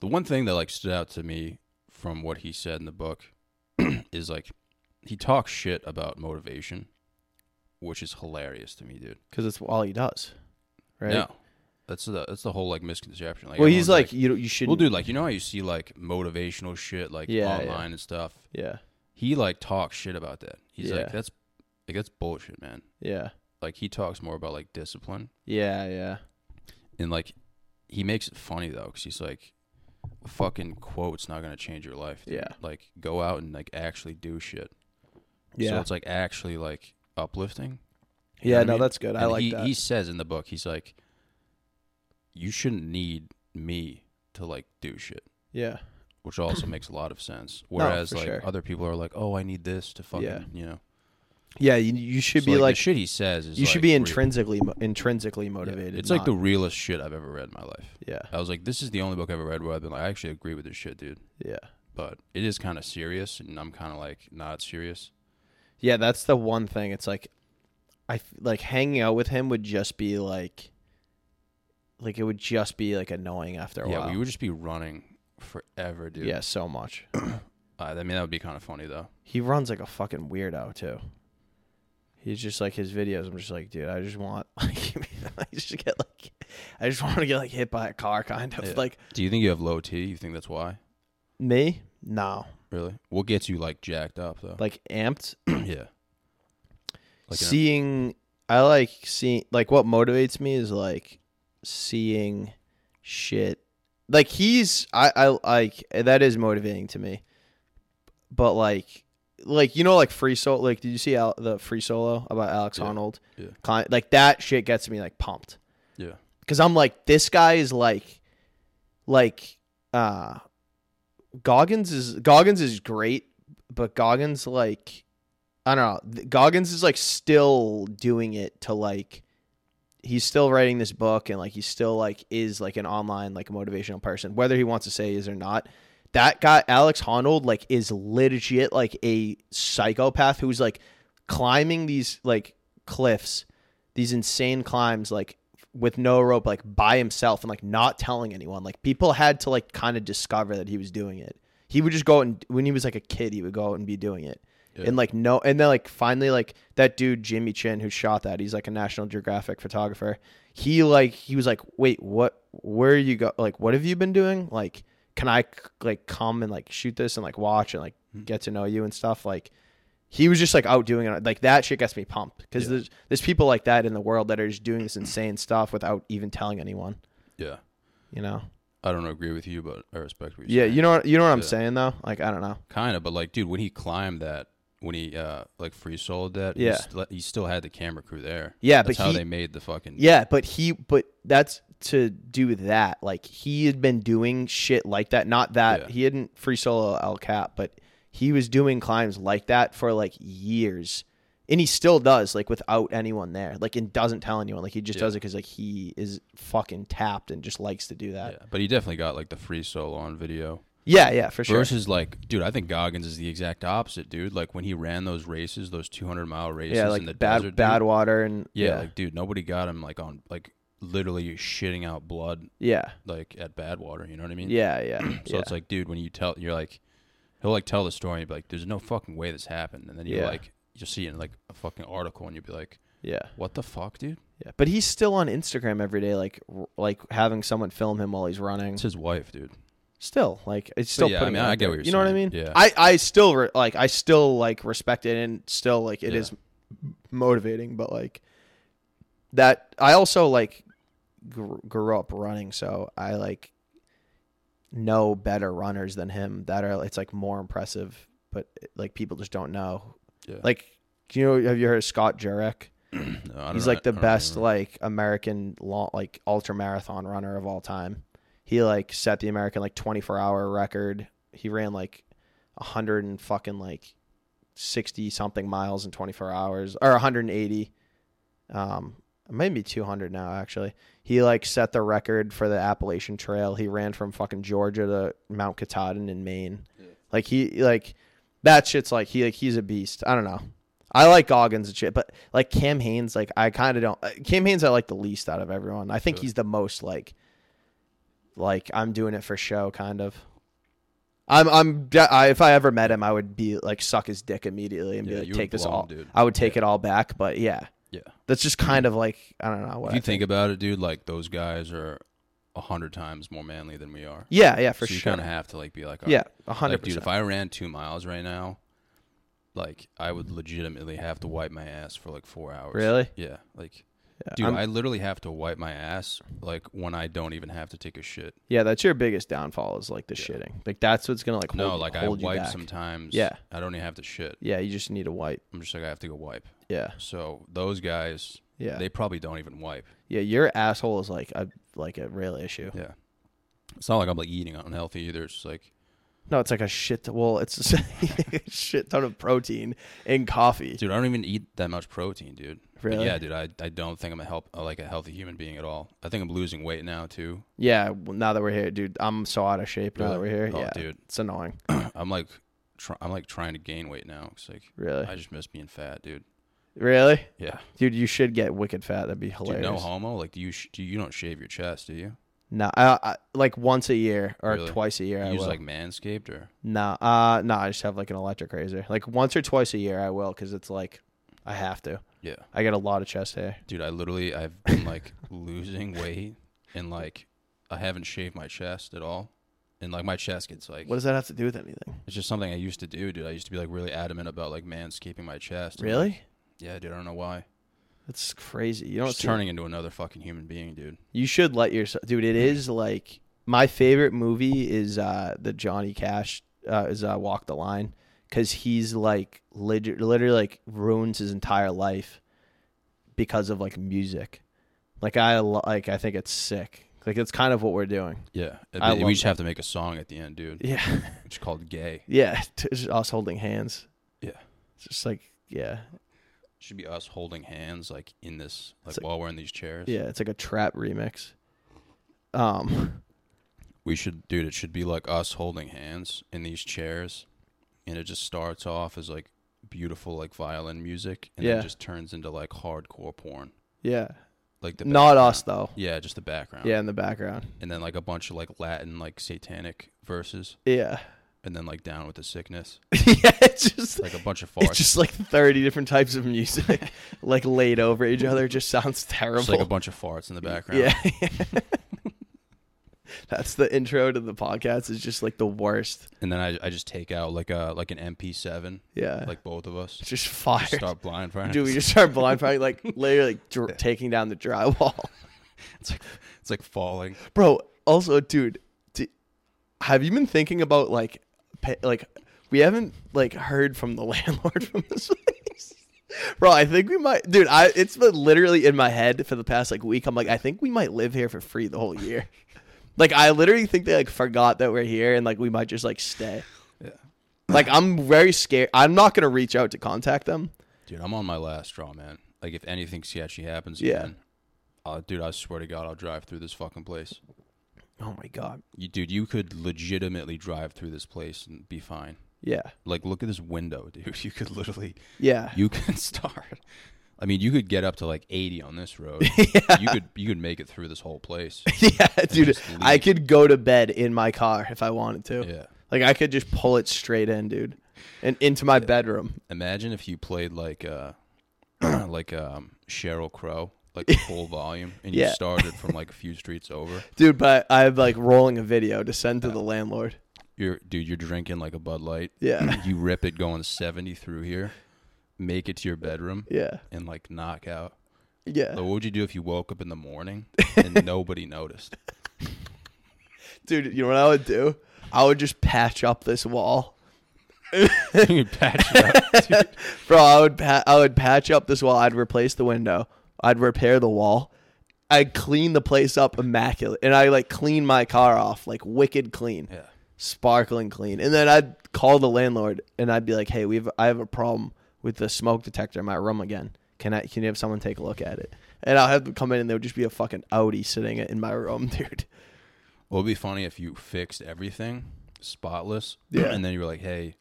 the one thing that like stood out to me from what he said in the book is like he talks shit about motivation, which is hilarious to me, dude.
because it's all he does, right?
No. That's the that's the whole like misconception. Like
well, he's
everyone's
like, you you should.
well, dude, like you know how you see like motivational shit like
Yeah, yeah.
online and stuff.
Yeah,
he like talks shit about that. He's
Yeah.
like that's like that's bullshit, man.
yeah,
Like he talks more about like discipline
yeah, yeah,
and like he makes it funny though because he's like a fucking quote's not gonna change your life. dude.
Yeah.
like go out and like actually do shit. so
yeah.
it's like actually like uplifting. you know
yeah,
what I
no,
mean?
that's good. I
And
like
he,
that.
He says in the book, he's like, you shouldn't need me to like do shit.
yeah,
Which also makes a lot of sense. Whereas
for
like
sure.
other people are like, "Oh, I need this to fucking,"
Yeah.
you know.
yeah. You, you should
So,
be
the
like,
shit he says. Is
you
like
should be
real.
intrinsically mo- intrinsically
Yeah,
motivated.
It's like
not-
the realest shit I've ever read in my life.
yeah,
I was like, this is the only book I've ever read where I've been like, I actually agree with this shit, dude.
yeah,
But it is kind of serious, and I'm kind of like not serious.
yeah. That's the one thing. It's like, I f- like hanging out with him would just be like, like it would just be like annoying after a
yeah,
while.
we would just be running forever, dude.
yeah, so much.
Uh, I mean, that would be kind of funny though.
He runs like a fucking weirdo too. He's just like his videos. I'm just like, dude, I just want like I just get like I just want to get like hit by a car, kind of
Yeah.
like
Do you think you have low T? You think that's why?
me. No,
Really? What gets you like jacked up though?
like amped.
yeah. Like, you know,
seeing, I like seeing. Like what motivates me is like seeing shit. Like he's, I, I like that is motivating to me. But like, like you know, like free solo. Like, did you see Al- the free solo about Alex
Yeah.
Honnold?
Yeah.
Cli- Like that shit gets me like pumped.
yeah.
because I'm like, this guy is like, like, uh, Goggins is Goggins is great, but Goggins like, I don't know, th- Goggins is like still doing it to like, he's still writing this book and like he still like is like an online like motivational person, whether he wants to say he is or not. That guy Alex Honnold like is legit like a psychopath who's like climbing these like cliffs, these insane climbs like with no rope like by himself and like not telling anyone like people had to like kind of discover that he was doing it he would just go out and when he was like a kid he would go out and be doing it
Yeah.
and like no and then like finally like that dude jimmy chin who shot that he's like a national geographic photographer he like he was like wait what where you go like what have you been doing like can i like come and like shoot this and like watch and like
Hmm.
get to know you and stuff like he was just like out doing it. Like that shit gets me pumped because
Yeah.
there's there's people like that in the world that are just doing this insane stuff without even telling anyone.
Yeah.
You know?
I don't agree with you, but I respect what you
Yeah, you know what you know what I'm
Yeah.
saying though. Like I don't know.
Kind of, but like, dude, when he climbed that, when he uh like free soloed that,
Yeah.
he, st- he still had the camera crew there.
Yeah,
that's
but
how
he-
they made the fucking
Yeah, but he but that's to do that. Like he had been doing shit like that. Not that
Yeah.
he didn't free solo El Cap, but he was doing climbs like that for like years. And he still does, like without anyone there, like and doesn't tell anyone. Like he just
Yeah.
does it because like he is fucking tapped and just likes to do that.
Yeah, but he definitely got like the free solo on video.
Yeah, yeah, for sure.
Versus like, dude, I think Goggins is the exact opposite, dude. Like when he ran those races, those 200 mile races
yeah,
in
like
the
bad
desert, dude,
bad water and
yeah,
yeah,
like dude, nobody got him like on like literally shitting out blood
yeah,
like at Badwater. You know what I mean?
yeah, yeah.
So
yeah.
it's like, dude, when you tell, you're like, he'll like tell the story and be like, "There's no fucking way this happened," and then you
Yeah.
like, you'll see it in like a fucking article and you'll be like,
yeah,
"What the fuck, dude?"
yeah. But he's still on Instagram every day, like r- like having someone film him while he's running.
It's his wife, dude.
Still, like it's still
yeah, I
putting.
mean,
it
I
out
get
there.
what you're
You know what I mean?
saying. Yeah.
I I still re- like I still like respect it and still like it
Yeah.
is motivating, but like that I also like gr- grew up running, so I like know better runners than him that are it's like more impressive, but like people just don't know
Yeah.
Like, do you know? Have you heard of Scott Jurek?
No, I don't
He's
know-
like the
I don't
best
remember.
like American long like ultra marathon runner of all time. He like set the American like 24 hour record. He ran like 100 and fucking like 60 something miles in 24 hours or 180. Um, maybe 200 now actually. He like set the record for the Appalachian Trail. He ran from fucking Georgia to Mount Katahdin in Maine. Like he like that shit's like he like he's a beast. I don't know. I like Goggins and shit, but like Cam Haynes, like I kind of don't. uh, Cam Haynes, I like the least out of everyone. I think
Really?
he's the most like, like I'm doing it for show, kind of. I'm I'm de- I, if I ever met him, I would be like suck his dick immediately and
Yeah,
be like
you would
take this
blow him,
all.
dude.
I would take
Yeah.
it all back, but yeah,
Yeah.
that's just kind of like I don't know. What
If
I
you
think.
think about it, dude, like those guys are a hundred times more manly than we are.
Yeah, yeah, for
so you
sure.
kind of have to like be like, all
Yeah,
right,
a hundred
like, dude,
percent.
if I ran two miles right now, like I would legitimately have to wipe my ass for like four hours.
Really?
Yeah. Like,
Yeah,
dude,
I'm-
i literally have to wipe my ass like when I don't even have to take a shit.
yeah, that's your biggest downfall is like the shitting. Like that's what's gonna like hold,
no, like I
hold you
wipe
back.
sometimes.
Yeah.
I don't even have to shit.
Yeah, you just need to wipe.
I'm just like I have to go wipe.
Yeah,
So those guys,
yeah.
they probably don't even wipe.
Yeah, your asshole is like a like a real issue.
Yeah. It's not like I'm like eating unhealthy either. It's just like
No, it's like a shit. Well, it's a shit ton of protein in coffee.
Dude, I don't even eat that much protein, dude. But
Really?
yeah, dude. I, I don't think I'm a help uh, like a healthy human being at all. I think I'm losing weight now too.
Yeah, well, now that we're here, dude, I'm so out of shape now that we're
Really?
here.
Oh,
yeah,
dude.
it's annoying.
I'm like try, I'm like trying to gain weight now. It's like
Really,
I just miss being fat, dude.
really,
Yeah.
dude, you should get wicked fat. That'd be hilarious.
Dude, no homo. Like, do you sh- do you don't shave your chest? Do you?
No, I, I, like once a year or
Really?
twice a year.
you
I
use
will.
like manscaped or
no, uh, no, I just have like an electric razor. Like once or twice a year, I will because it's like I have to.
yeah,
I get a lot of chest hair.
dude. I literally I've been like losing weight and like I haven't shaved my chest at all, and like my chest gets like
What does that have to do with anything?
it's just something I used to do, dude. I used to be like really adamant about like manscaping my chest.
Really?
Yeah, dude. I don't know why.
That's crazy. You don't
Just
see-
turning into another fucking human being, dude.
You should let yourself, dude. It is like my favorite movie is uh the Johnny Cash uh, is uh, Walk the Line because he's like lit- literally like ruins his entire life because of like music. Like I lo- like I think it's sick. Like it's kind of what we're doing.
Yeah,
I
we
love
just have to make a song at the end, dude.
Yeah,
It's called "Gay."
yeah. It's just us holding hands.
Yeah.
It's just like yeah,
Should be us holding hands, like in this, like
It's like-
while we're in these chairs.
yeah. It's like a trap remix. Um,
We should, dude. It should be like us holding hands in these chairs, and it just starts off as like beautiful, like violin music, and
Yeah.
then just turns into like hardcore porn,
yeah.
like the
Not us
background.
though.
Yeah, just the background.
Yeah, in the background.
and then like a bunch of like Latin, like satanic verses,
Yeah.
and then like down with the sickness,
yeah, it's just
like a bunch of
It's
farts,
just like 30 different types of music, like laid over each other. Just sounds terrible.
Just, like a bunch of farts in the background.
yeah. That's the intro to the podcast. It's just like the worst.
and then I, I just take out like a like an MP7,
Yeah. Like,
like both of us.
just fire.
Just start blind firing.
Uh. Dude, we just start blind firing, like literally like, dr- taking down the drywall.
it's like it's like falling.
Bro, also, dude, d- have you been thinking about like, pa like, we haven't like heard from the landlord from this place, bro. I think we might, dude. I it's been literally in my head for the past like week. I'm like, I think we might live here for free the whole year. like, I literally think they like forgot that we're here and like we might just like stay.
Yeah.
Like, I'm very scared. I'm not gonna reach out to contact them.
Dude, I'm on my last straw, man. Like if anything sketchy happens
Yeah.
again, uh, dude, I swear to God, I'll drive through this fucking place.
Oh my god.
You, dude, you could legitimately drive through this place and be fine.
Yeah.
Like, look at this window, dude. You could literally,
Yeah.
you could start. I mean, you could get up to like 80 on this road. You could, you could make it through this whole place.
yeah, dude.
just
I
leave.
could go to bed in my car if I wanted to.
Yeah.
Like I could just pull it straight in, dude, and into my bedroom.
Imagine if you played like uh like um Cheryl Crow, like the full volume, and you
Yeah.
started from like a few streets over.
Dude, but I'm like rolling a video to send to the landlord.
You're dude, you're drinking like a Bud Light.
Yeah.
You rip it going seventy through here, make it to your bedroom
Yeah.
and like knock out.
Yeah.
Like, what would you do if you woke up in the morning and nobody noticed?
Dude, you know what I would do? I would just patch up this wall.
You'd patch it up. dude.
Bro, I would pa- I would patch up this wall. I'd replace the window. I'd repair the wall. I cleaned the place up immaculate, and I like cleaned my car off like wicked clean,
Yeah.
sparkling clean. And then I'd call the landlord and I'd be like, "Hey, we've I have a problem with the smoke detector in my room again. Can I can you have someone take a look at it?" And I'll have them come in, and there would just be a fucking Audi sitting in my room, dude.
Well, it'd be funny if you fixed everything spotless,
Yeah.
and then you were like, "Hey,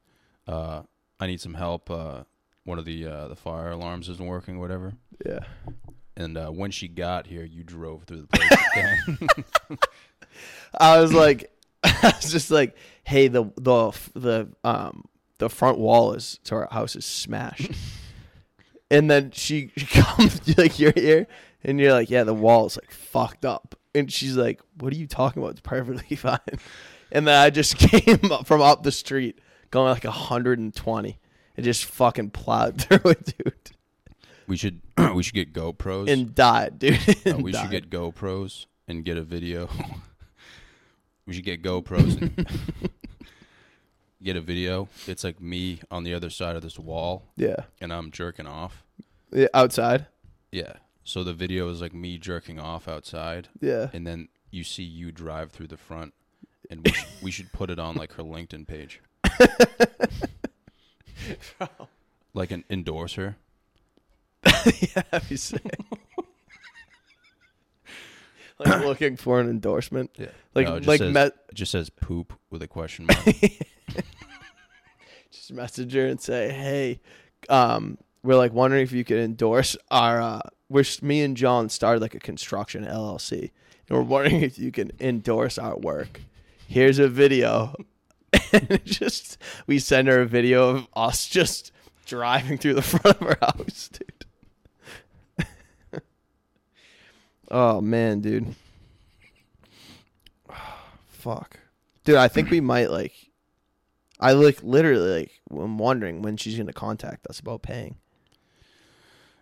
uh, I need some help. Uh, one of the uh, the fire alarms isn't working, or whatever."
Yeah.
And uh, when she got here, you drove through the place again.
I was like, I was just like, hey, the the the um the front wall is to our house is smashed. and then she, she comes you're like you're here, and you're like, yeah, the wall is like fucked up. And she's like, what are you talking about? It's perfectly fine. And then I just came up from up the street, going like 120, and just fucking plowed through it, dude,
we should we should get GoPros.
and died, dude.
Uh, we should get GoPros and get a video. we should get GoPros and get a video. It's like me on the other side of this wall,
yeah.
and I'm jerking off.
yeah, outside,
Yeah. So the video is like me jerking off outside,
yeah.
and then you see you drive through the front, and we, sh- we should put it on like her LinkedIn page. like an endorse her.
yeah, that'd be sick. like looking for an endorsement.
Yeah.
Like
No, it just
like
says-
me-
It just says poop with a question mark.
just message her and say, hey, um, we're like wondering if you could endorse our. Uh, we're s- me and John started like a construction LLC, and we're wondering if you can endorse our work. Here's a video. and it just we send her a video of us just driving through the front of her house, dude. oh man, dude. Fuck. Dude, I think we might like I like literally like I'm wondering when she's gonna contact us about paying.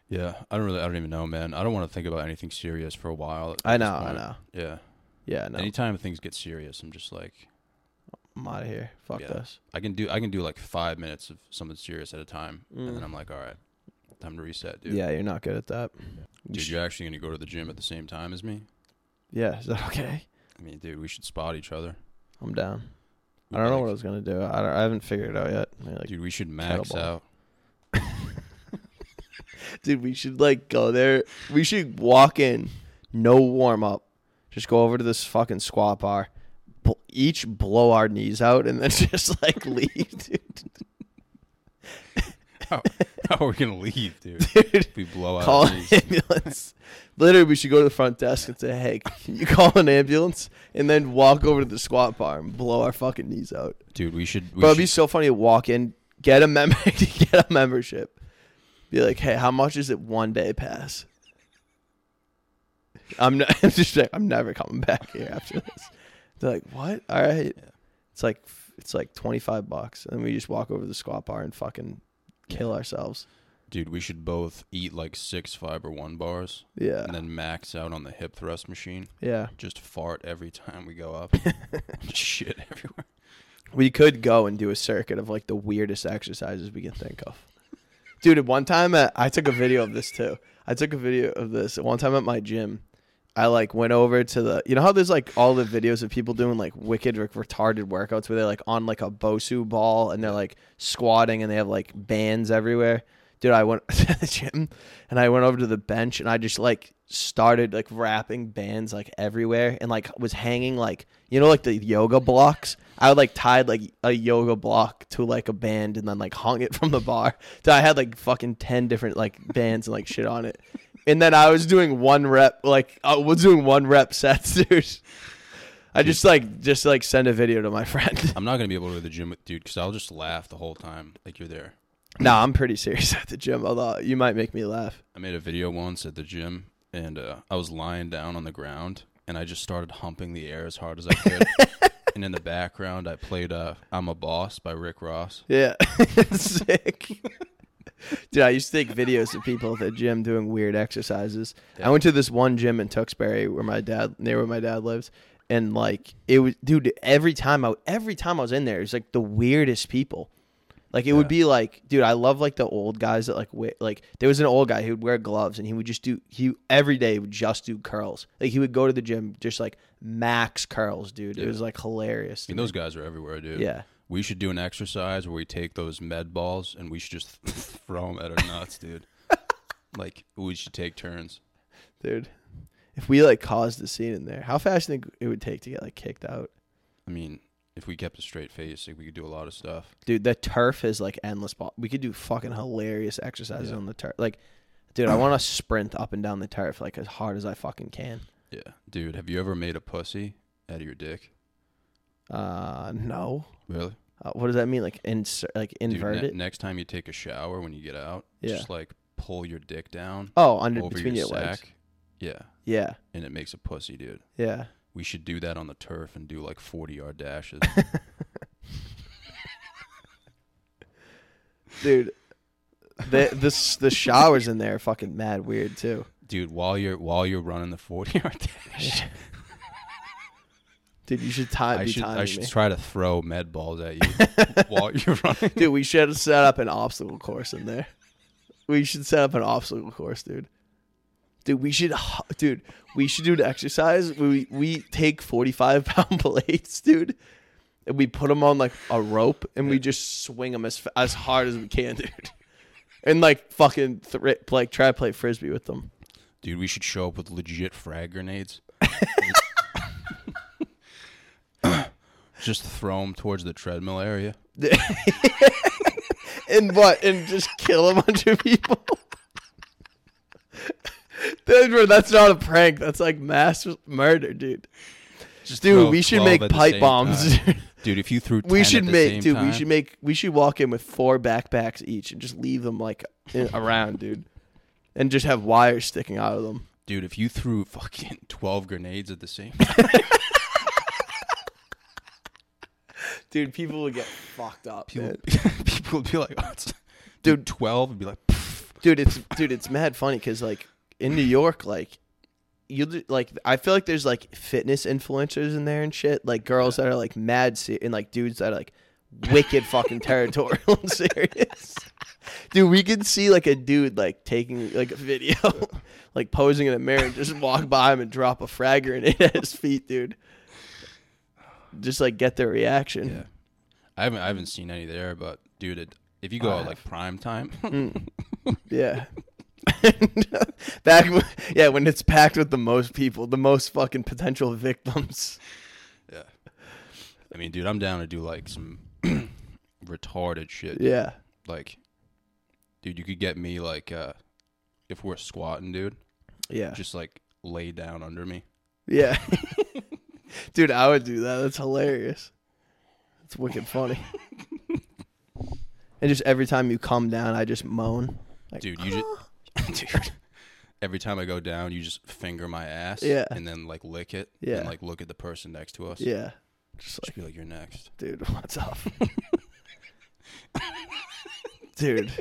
Yeah, I don't really, I don't even know, man. I don't want to think about anything serious for a while. at
I
this
know, I
point.
know.
Yeah.
Yeah, I know.
Anytime things get serious, I'm just like,
I'm out of here. Fuck
Yeah.
this.
I can do, I can do like five minutes of something serious at a time,
Mm.
and then I'm like, all right, time to reset, dude.
Yeah, you're not good at that. You
Dude,
sh-
you're actually gonna go to the gym at the same time as me?
yeah, is that okay?
I mean, dude, we should spot each other.
I'm down.
We'd
I don't know what I
like-
was gonna do. I, don't, I haven't figured it out yet. I mean, like,
dude, we should max
kettlebell.
out.
dude, we should like go there. We should walk in, no warm up. Just go over to this fucking squat bar, bl- each blow our knees out, and then just like leave, dude.
How are we gonna leave, dude?
Dude,
If we blow out.
call
our
an
knees.
ambulance. Literally, we should go to the front desk and say, "Hey, can you call an ambulance?" And then walk over to the squat bar and blow our fucking knees out.
Dude, we should. We
Bro, it'd be
should
so funny to walk in, get a member, get a membership. Be like, "Hey, how much is it one day pass?" I'm not. I'm just like, I'm never coming back here after this. They're like, "What? All right."
Yeah.
It's like it's like twenty five bucks, and we just walk over to the squat bar and fucking kill ourselves.
dude, we should both eat like six fiber one bars,
Yeah.
and then max out on the hip thrust machine.
Yeah.
just fart every time we go up. Shit everywhere.
We could go and do a circuit of like the weirdest exercises we can think of. Dude, at one time at, I took a video of this too. I took a video of this at one time at my gym. I like went over to the you know how there's like all the videos of people doing like wicked like, retarded workouts where they're like on like a Bosu ball and they're like squatting and they have like bands everywhere. Dude, I went to the gym and I went over to the bench and I just like started like wrapping bands like everywhere and like was hanging like you know like the yoga blocks. I would like tied like a yoga block to like a band and then like hung it from the bar. Dude, I had like fucking ten different like bands and like shit on it. And then I was doing one rep, like I was doing one rep sets, dude. I just like just like send a video to my friend.
I'm not gonna be able to go to the gym with dude because I'll just laugh the whole time like you're there.
no, I'm pretty serious at the gym. Although you might make me laugh.
I made a video once at the gym and uh, I was lying down on the ground and I just started humping the air as hard as I could. and in the background, I played uh, "I'm a Boss" by Rick Ross.
Yeah, sick. Dude, I used to take videos of people at the gym doing weird exercises. I went to this one gym in Tewksbury where my dad near where my dad lives, and like it was, dude. Every time I every time I was in there, it was like the weirdest people. Like it would
Yeah.
be like, dude, I love like the old guys that like wear, like there was an old guy who would wear gloves and he would just do he every day would just do curls. Like he would go to the gym just like max curls, dude. It
Yeah.
was like hilarious.
I
to
mean,
me.
those guys are everywhere, dude.
yeah.
We should do an exercise where we take those med balls and we should just throw them at our nuts, dude. like we should take turns.
Dude. If we like caused a scene in there, how fast do you think it would take to get like kicked out?
I mean, if we kept a straight face, like, we could do a lot of stuff.
Dude, the turf is like endless ball. We could do fucking hilarious exercises
Yeah.
on the turf. Like, dude, I want to sprint up and down the turf like as hard as I fucking can.
Yeah, dude. Have you ever made a pussy out of your dick?
Uh, no.
Really?
Uh, what does that mean? Like insert, like
Dude,
invert
ne-
it.
next time you take a shower when you get out,
Yeah.
just like pull your dick down
Oh, under
over
between
your
your,
sack.
legs.
Yeah,
Yeah,
and it makes a pussy, dude.
yeah.
We should do that on the turf and do like forty yard dashes.
Dude, the this the showers in there are fucking mad weird too.
dude while you're while you're running the 40 yard dash
Dude, you should time
i
be
should i
timing
should
me.
try to throw med balls at you while you're running
Dude, we should set up an obstacle course in there. We should set up an obstacle course, dude. Dude, we should, dude, we should do an exercise. where We we take forty five pound plates, dude, and we put them on like a rope, and we just swing them as fa- as hard as we can, dude, and like fucking thr like try to play frisbee with them.
dude we should show up with legit frag grenades just throw them towards the treadmill area
and what and just kill a bunch of people. Dude, bro, that's not a prank. That's like mass murder, dude.
just
Dude,
throw
we should
12
make
at the
pipe
same
bombs.
time. dude if you threw 10
We should
at the
make,
same
dude.
time-
We should make. We should walk in with four backpacks each and just leave them like in, around, dude, and just have wires sticking out of them.
dude if you threw fucking 12 grenades at the same time
Dude, people would get fucked up,
people,
man.
people would be like oh, it's-
Dude.
12 would be like "Pff."
dude it's dude it's mad funny because like in new york like you li- like i feel like there's like fitness influencers in there and shit like girls that are like mad se- and like dudes that are like wicked fucking territorial and serious dude we could see like a dude like taking like a video like posing in a mirror and just walk by him and drop a frag grenade at his feet dude just like get their reaction
Yeah, I haven't I haven't seen any there, but dude, it, if you go
I
out like prime time,
Yeah. Back, w- yeah, when it's packed with the most people, the most fucking potential victims.
yeah. I mean, dude, I'm down to do like some retarded shit.
Yeah,
Like, dude, you could get me like uh if we're squatting, dude,
yeah,
just like lay down under me.
yeah. Dude, I would do that. That's hilarious. It's wicked funny. and just every time you come down, I just moan. Like,
Dude, you just dude. Every time I go down, you just finger my ass,
Yeah.
and then like lick it,
Yeah.
and like look at the person next to us.
Yeah, just like,
Just be like, "You're next."
dude, what's up, dude?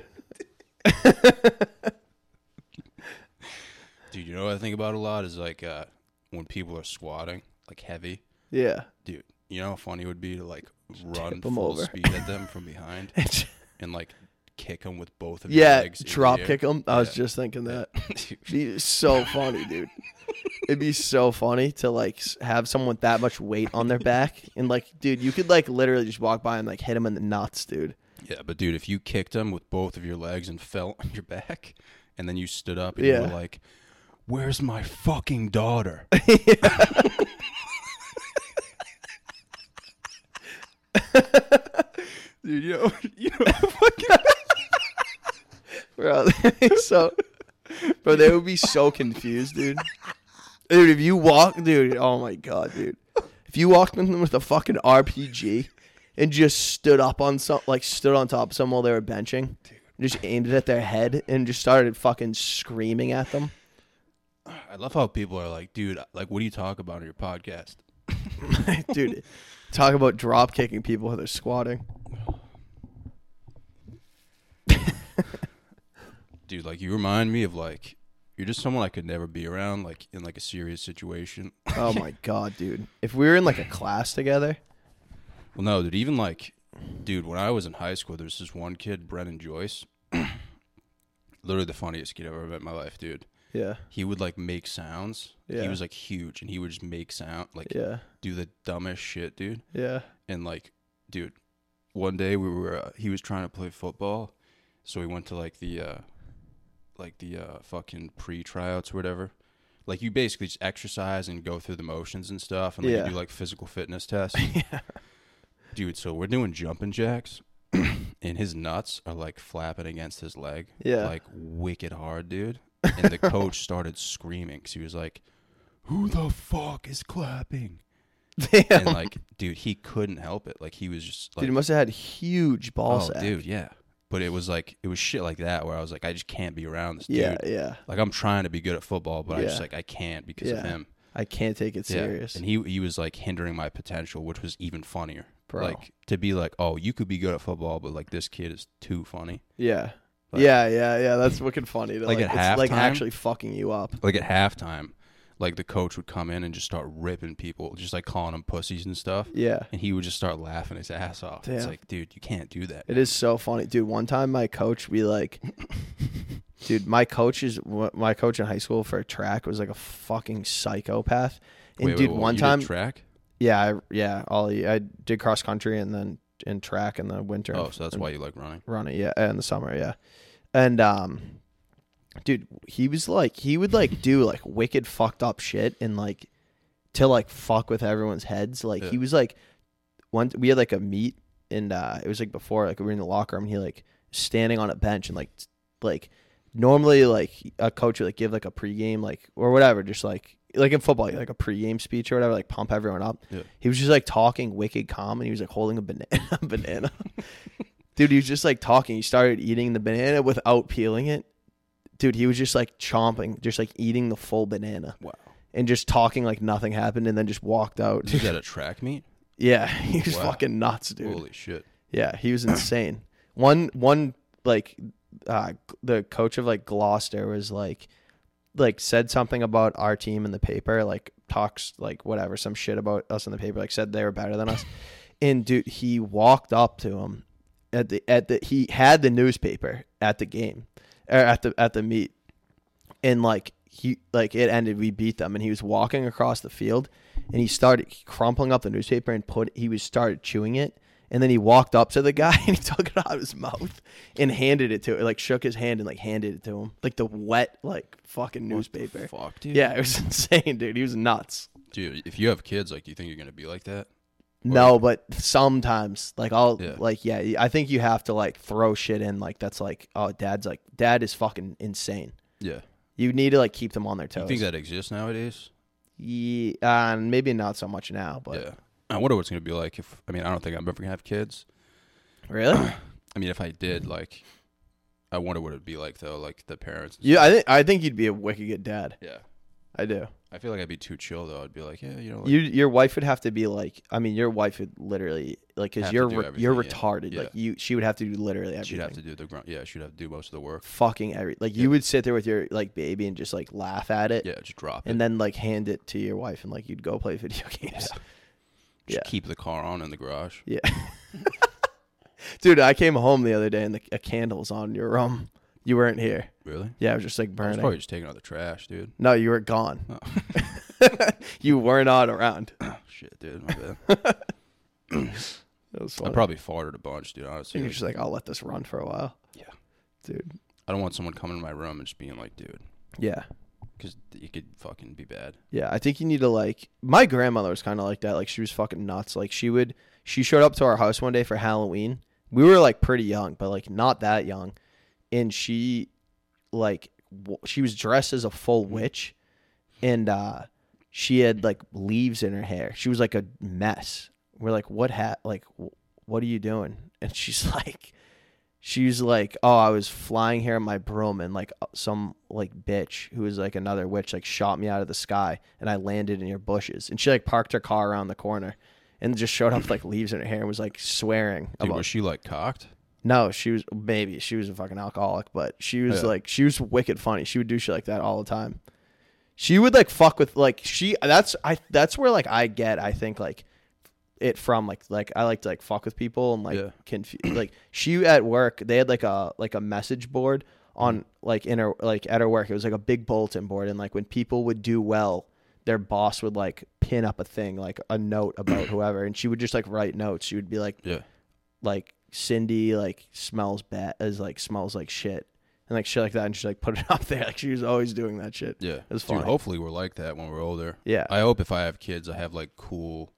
Dude, you know what I think about a lot is like uh, when people are squatting, like heavy.
Yeah,
dude, you know how funny it would be to like run
'em
full
over.
speed at them from behind and like kick them with both of your
yeah.
legs. in the
Drop
air?
kick them. I was
Yeah.
just thinking that.
Dude,
be so funny, dude. It'd be so funny to like s- have someone with that much weight on their back, and like, dude, you could like literally just walk by and like hit him in the nuts, dude.
yeah, but dude, if you kicked them with both of your legs and fell on your back, and then you stood up and you
Yeah.
were like, "Where's my fucking daughter?" dude, you know, you know, fucking,
Bro, so, bro, they would be so confused, dude. Dude, if you walk, dude, oh my god, dude, if you walked in with a fucking RPG and just stood up on some, like stood on top of some while they were benching, just aimed it at their head and just started fucking screaming at them.
I love how people are like, "Dude, like, what do you talk about on your podcast?"
dude. Talk about drop kicking people while they're squatting.
dude like you remind me of like you're just someone i could never be around like in like a serious situation well
Oh my god, dude! If we were in like a class together,
no dude even like dude, when I was in high school, there was this one kid, Brennan Joyce. Literally the funniest kid I've ever met in my life, dude.
Yeah.
He would like make sounds. He
Yeah.
was like huge, and he would just make sound, like
Yeah.
do the dumbest shit, dude.
Yeah.
And like, dude, one day we were uh, he was trying to play football, so we went to like the uh like the uh fucking pre tryouts or whatever. Like you basically just exercise and go through the motions and stuff, and like
Yeah.
you do like physical fitness tests. Dude, so we're doing jumping jacks, and his nuts are like flapping against his leg,
Yeah.
like wicked hard, dude. And the coach started screaming because he was like, "Who the fuck is clapping?"
Damn.
and like, dude, he couldn't help it. Like he was just like,
dude, he must have had huge ball
oh,
sack.
dude, yeah. But it was like it was shit like that where I was like, I just can't be around this
Yeah.
dude.
Yeah.
Like I'm trying to be good at football, but I just
Yeah.
like I can't because of
Yeah.
him.
I can't take it
Yeah.
serious.
And he he was like hindering my potential, which was even funnier.
Bro.
Like to be like, oh, you could be good at football, but like this kid is too funny.
yeah.
Like-
yeah, yeah, yeah. That's fucking funny. to,
Like, at
it's like
halftime?
actually fucking you up.
Like at halftime, like the coach would come in and just start ripping people, just like calling them pussies and stuff.
Yeah.
And he would just start laughing his ass off. It's
Damn.
like, dude, you can't do that.
It is so funny, dude. One time, my coach, we like, dude, my coach is my coach in high school for track was like a fucking psychopath. And
Wait, wait,
dude,
wait,
one
you did
time,
track.
yeah, I, yeah, Ollie, I did cross country and then in track in the winter.
Oh,
and-
so that's
and
why you like running.
run it, yeah, uh, in the summer, yeah. And um, dude, he was like, he would like do like wicked fucked up shit and like to like fuck with everyone's heads. Like he
Yeah.
was like, one we had like a meet and uh, it was like before like we were in the locker room and he like standing on a bench and like t- like normally like a coach would like give like a pregame like or whatever just like like in football like a pregame speech or whatever like pump everyone up
Yeah.
he was just like talking wicked calm and he was like holding a banana banana dude he was just like talking he started eating the banana without peeling it dude he was just like chomping just like eating the full banana
Wow.
and just talking like nothing happened and then just walked out
Is that a track meet?
yeah he was
Wow.
fucking nuts dude
Holy shit.
yeah, he was insane. one one like uh, the coach of like Gloucester was like like said something about our team in the paper, like talks like whatever some shit about us in the paper, like said they were better than us. and dude, he walked up to him at the at the he had the newspaper at the game or at the at the meet and like he like it ended we beat them and he was walking across the field and he started crumpling up the newspaper and put he was started chewing it and then he walked up to the guy and he took it out of his mouth and handed it to it like shook his hand and like handed it to him like the wet like fucking newspaper
Fuck, dude.
yeah it was insane dude he was nuts
Dude, if you have kids, like, do you think you're going to be like that?
no but sometimes like i'll
Yeah.
like yeah i think you have to like throw shit in like that's like oh dad's like dad is fucking insane
Yeah.
you need to like keep them on their toes
You think that exists nowadays?
Yeah, uh, and maybe not so much now, but
yeah. I wonder what it's going to be like if, I mean, I don't think I'm ever going to have kids.
really,
I mean, if I did, like, I wonder what it would be like, though, like the parents.
yeah, I think I think you'd be a wicked good dad.
Yeah.
I do.
I feel like I'd be too chill, though. I'd be like, yeah, you know, like,
You your wife would have to be like, I mean, your wife would literally like because
Have to
you're
do
re-
everything,
you're
yeah.
retarded.
Yeah.
Like you, she would have to do literally everything.
she'd have to do the grunt. Yeah, she'd have to do most of the work.
Fucking every like
Yeah.
you would sit there with your like baby and just like laugh at it,
Yeah, just drop it.
and then like hand it to your wife and like you'd go play video games.
just
yeah.
keep the car on in the garage.
Yeah. Dude, I came home the other day and the a candle was on your room. You weren't here.
Really?
Yeah, it was just like
I was
burning.
probably just taking out the trash, dude.
No, you were gone.
Oh.
you were not around.
Shit, dude. My bad.
It was
I
funny.
probably farted a bunch, dude, honestly.
You're just like, I'll let this run for a while.
Yeah.
Dude.
I don't want someone coming to my room and just being like, dude,
Yeah.
because it could fucking be bad.
Yeah. I think you need to like my grandmother was kinda like that. Like she was fucking nuts. Like she would she showed up to our house one day for Halloween. We were like pretty young, but like not that young. And she like w- she was dressed as a full witch and uh she had like leaves in her hair. She was like a mess. We're like, "What hat? Like wh- what are you doing?" And she's like she's like, "Oh, I was flying here on my broom, and like uh, some like bitch who was like another witch like shot me out of the sky, and I landed in your bushes." And she like parked her car around the corner, and just showed up with, like leaves in her hair and was like swearing
Dude,
about.
was she like cocked?
no, she was maybe she was a fucking alcoholic, but she was
Yeah.
like she was wicked funny. She would do shit like that all the time. She would like fuck with like she. That's I. That's where like I get. I think like it from like like I like to like fuck with people and like
Yeah.
confuse like she at work they had like a like a message board
Mm.
on like in her like at her work it was like a big bulletin board and like when people would do well their boss would like pin up a thing like a note about whoever and she would just like write notes she would be like
Yeah.
like Cindy like smells bad as like smells like shit and like shit like that and she like put it up there like she was always doing that shit
Yeah.
was
Dude,
funny.
hopefully we're like that when we're older.
yeah
I hope if I have kids, I have like cool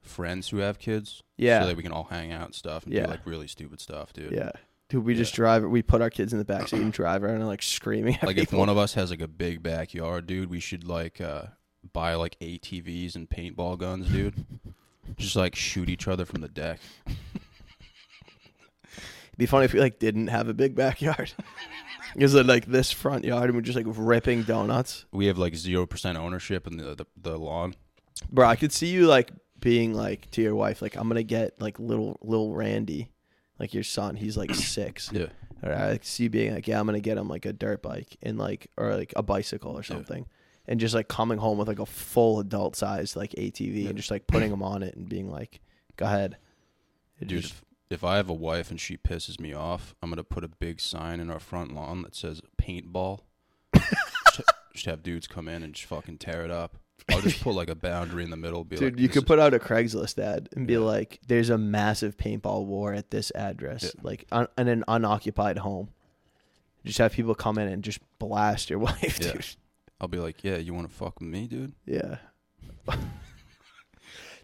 friends who have kids.
Yeah.
So that we can all hang out and stuff and
Yeah.
do like really stupid stuff, dude.
yeah dude we just drive we put our kids in the backseat and drive around and like screaming at
Like if
people.
one of us has like a big backyard, dude, we should like uh buy like ATVs and paintball guns, dude. Just like shoot each other from the deck.
It'd be funny if we like didn't have a big backyard. It was like this front yard, and we're just like ripping donuts,
We have like zero percent ownership in the, the the lawn.
bro. I could see you like being like to your wife, like I'm gonna get like little little Randy, like your son. He's like six.
Yeah.
Or I could see you being like, yeah, I'm gonna get him like a dirt bike and like or like a bicycle or something, and just like coming home with like a full adult sized like ATV and just like putting him on it and being like, go ahead, It
Dude,
just-
if, if I have a wife and she pisses me off, I'm gonna put a big sign in our front lawn that says paintball. just, just have dudes come in and just fucking tear it up. I'll just put like a boundary in the middle. Be
Dude,
like,
you
this
could
is-
put out a Craigslist ad and be
Yeah.
like, "There's a massive paintball war at this address, like on, in an unoccupied home." Just have people come in and just blast your wife,
Yeah.
dude.
I'll be like, yeah, you want to fuck with me, dude?
Yeah,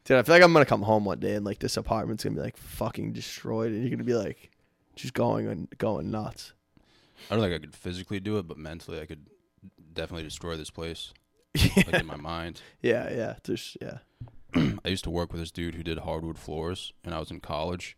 dude, I feel like I'm gonna come home one day and like this apartment's gonna be like fucking destroyed, and you're gonna be like just going and going nuts.
I don't think I could physically do it, but mentally I could definitely destroy this place.
yeah,
Like in my mind,
yeah, yeah, just yeah.
I used to work with this dude who did hardwood floors, and I was in college,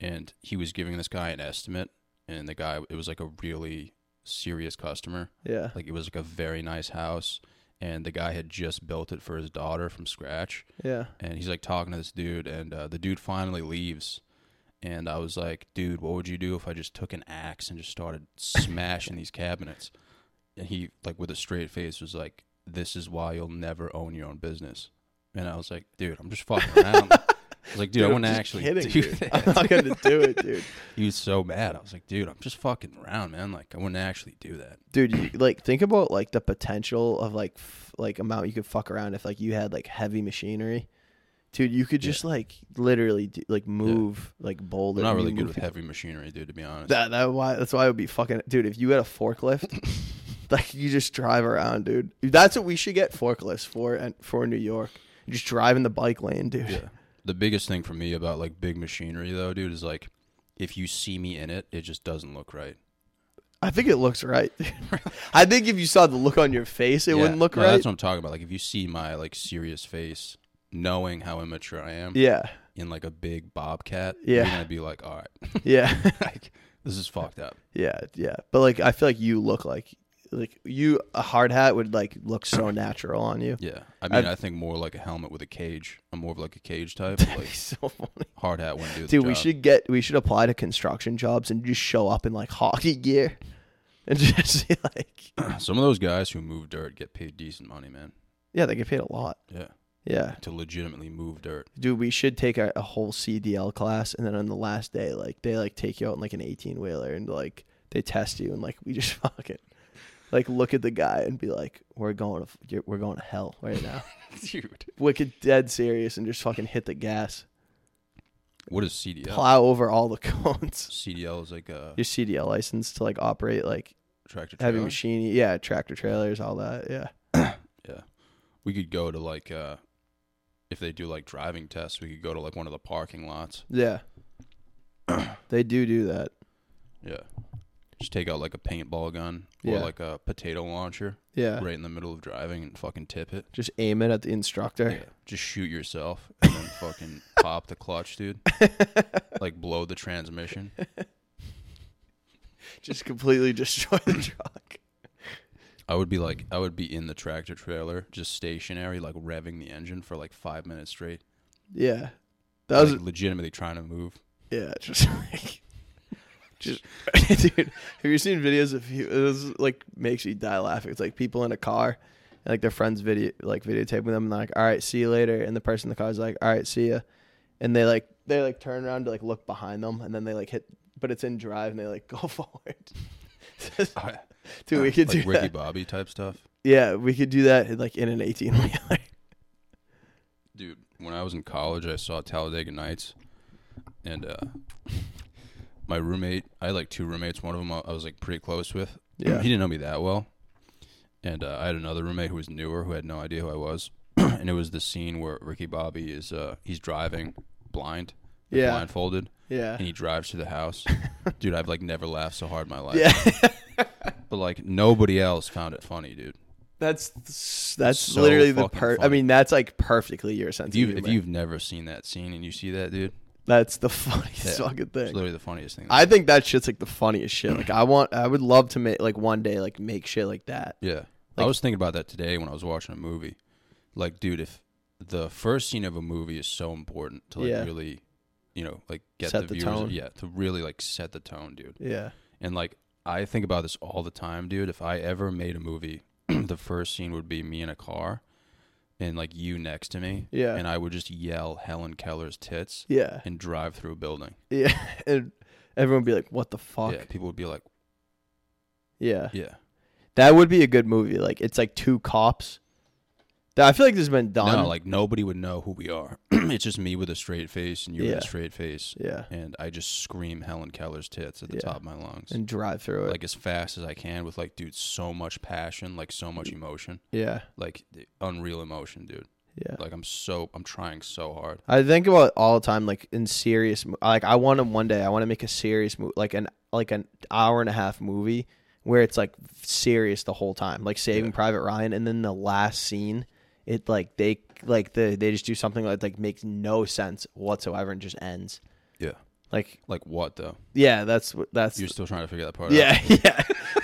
and he was giving this guy an estimate, and the guy it was like a really serious customer.
Yeah.
Like it was like a very nice house, and the guy had just built it for his daughter from scratch.
Yeah.
And he's like talking to this dude, and uh, the dude finally leaves. And I was like, dude, what would you do if I just took an axe and just started smashing these cabinets? And he, like, with a straight face, was like, this is why you'll never own your own business. And I was like, dude, I'm just fucking around. I was like, dude, I
I'm
wouldn't
just
actually
kidding,
do
dude.
that.
I'm not gonna do it, dude.
He was so mad. I was like, dude, I'm just fucking around, man. Like, I wouldn't actually do that.
dude you, like think about like the potential of like f- like amount you could fuck around if like you had like heavy machinery dude you could
Yeah.
just like literally do, like move like boulder
I'm not really
you
good
move
with
people.
heavy machinery, dude, to be honest.
that that why that's why it would be fucking dude if you had a forklift like you just drive around dude that's what we should get forklifts for and for new york You just drive in the bike lane dude
Yeah. The biggest thing for me about like big machinery though, dude, is like if you see me in it, it just doesn't look right.
i think it looks right i think if you saw the look on your face it
Yeah.
wouldn't look
No,
right
That's what I'm talking about. Like if you see my like serious face, knowing how immature I am
yeah
in like a big bobcat,
Yeah.
you're gonna be like, all right,
yeah
like this is fucked up.
Yeah, yeah. But like I feel like you look like like you a hard hat would like look so natural on you.
Yeah. I mean, i think more like a helmet with a cage. I'm more of like a cage type. Like
so funny.
hard hat wouldn't do the
Dude, we
job.
should get we should apply to construction jobs and just show up in like hockey gear and just be like
Some of those guys who move dirt get paid decent money, man.
Yeah, they get paid a lot.
Yeah.
Yeah.
To legitimately move dirt.
Dude, we should take a, a whole CDL class and then on the last day, like they like take you out in like an eighteen wheeler and like they test you and like we just fuck it. Like look at the guy and be like, We're going to f- you're- we're going to hell right now.
Dude.
wicked dead serious and just fucking hit the gas,
What is CDL?
plow over all the cones.
CDL is like a
Your CDL license to like operate like
tractor
heavy
trailer.
machine, yeah, tractor trailers, all that, yeah.
we could go to like uh if they do like driving tests we could go to like one of the parking lots
Yeah. they do do that.
yeah just take out like a paintball gun or
Yeah.
like a potato launcher
Yeah.
right in the middle of driving and fucking tip it
Just aim it at the
yeah.
instructor.
just shoot yourself and then fucking pop the clutch dude like blow the transmission
Just completely destroy the truck.
i would be like i would be in the tractor trailer just stationary like revving the engine for like five minutes straight
Yeah. That was
like, legitimately trying to move
Yeah, just like just dude. Have you seen videos of you? It was like makes you die laughing. It's like people in a car, and, like their friends video like videotaping them, and like, all right, see you later. And the person in the car is like, all right, see ya. and they like they like turn around to like look behind them, and then they like hit, but it's in drive, and they like go forward. Dude, we could
like
do
Ricky
that.
Bobby type stuff.
Yeah, we could do that in, like in an eighteen wheeler.
Dude, when I was in college, I saw Talladega Nights, and uh, my roommate, I had like two roommates. One of them I I was like pretty close with.
Yeah.
he didn't know me that well, and uh, I had another roommate who was newer who had no idea who I was, and it was the scene where Ricky Bobby is uh, he's driving blind, like,
Yeah.
blindfolded,
Yeah.
and he drives to the house. dude, I've like never laughed so hard in my life.
Yeah.
but like nobody else found it funny, dude.
That's that's
So
literally the
fucking
per. I
funny.
mean, that's like perfectly your sense
If
of
you've,
humor.
if you've never seen that scene and you see that, dude,
that's the funniest
Yeah.
fucking
it's
thing.
literally the funniest thing.
I think that shit's like the funniest shit. Like I want, I would love to make like one day like make shit like that.
Yeah. I
Like-
was thinking about that today when I was watching a movie. Like, dude, if the first scene of a movie is so important to like
Yeah.
really, you know, like get
Set the
the viewers,
tone.
yeah, to really like set the tone, dude.
Yeah,
And like I think about this all the time, dude. If I ever made a movie, the first scene would be me in a car and like you next to me.
Yeah.
And I would just yell Helen Keller's tits
yeah,
and drive through a building.
yeah. And everyone would be like, "What the fuck?"
Yeah. People would be like,
yeah.
yeah.
That would be a good movie. Like it's like two cops. That- I feel like this has been done.
No, like nobody would know who we are. it's just me with a straight face and you with
Yeah.
a straight face.
yeah,
and I just scream Helen Keller's tits at the
Yeah.
top of my lungs.
and drive through it.
like as fast as I can with like dude so much passion, like so much emotion.
yeah,
Like the unreal emotion, dude.
yeah.
Like I'm so I'm trying so hard.
I think about it all the time, like in serious, mo- like I want to one day, I want to make a serious movie, like an like an hour and a half movie where it's like serious the whole time, like Saving
Yeah.
Private Ryan, and then the last scene, it like they like the they just do something that like makes no sense whatsoever and just ends.
Yeah.
Like
Like what though?
yeah, that's what that's
You're still trying to figure that part out.
yeah yeah.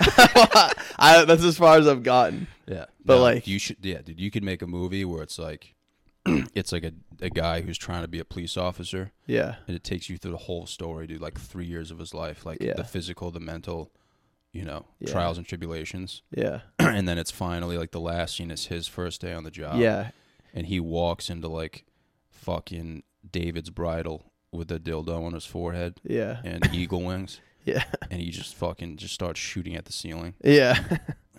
I, that's as far as I've gotten.
Yeah.
But, like-
you should yeah, dude, you could make a movie where it's like it's like a, a guy who's trying to be a police officer
Yeah,
and it takes you through the whole story, dude, like three years of his life, like
Yeah.
the physical, the mental, you know,
Yeah.
trials and tribulations.
yeah,
and then it's finally like the last scene is his first day on the job.
yeah,
And he walks into like fucking David's bridal with a dildo on his forehead
yeah,
and eagle wings.
Yeah.
And he just fucking just starts shooting at the ceiling.
yeah.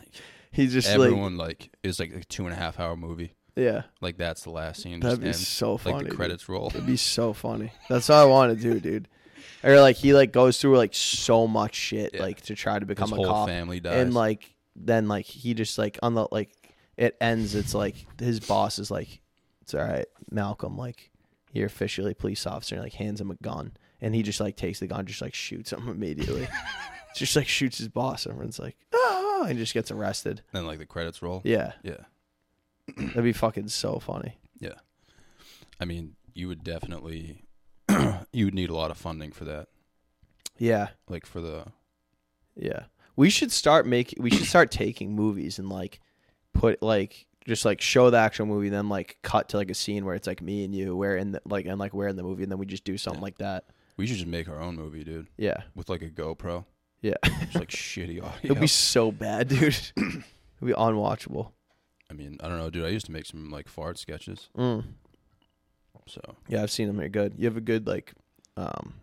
He's just like
Everyone like, is like a two and a half hour movie.
yeah.
Like that's the last scene.
That'd
just
be
ends.
so funny.
like the
dude.
credits roll.
It'd be so funny. That's what I want to do, dude. Or like he like goes through like so much shit
Yeah.
like to try to
His
become a
whole
cop,
family dies.
and like then like he just like on the like it ends. It's like his boss is like, "It's all right, Malcolm. Like you're officially a police officer." And, like hands him a gun, and he just like takes the gun, just like shoots him immediately. just like shoots his boss. Everyone's like, "Oh!" and just gets arrested.
then like the credits roll.
Yeah,
Yeah.
that'd be fucking so funny.
I mean, you would definitely, you would need a lot of funding for that.
Yeah.
Like for the,
Yeah. We should start making we should start taking movies and like put like just like show the actual movie then like cut to like a scene where it's like me and you where in the like and like we're in the movie and then we just do something like that.
we should just make our own movie, dude.
Yeah.
with like a GoPro.
Yeah.
Just like shitty audio.
It'd be so bad, dude. It'd be unwatchable.
I mean, I don't know, dude. I used to make some like fart sketches.
Mm.
So
Yeah, I've seen them. They're good. You have a good like um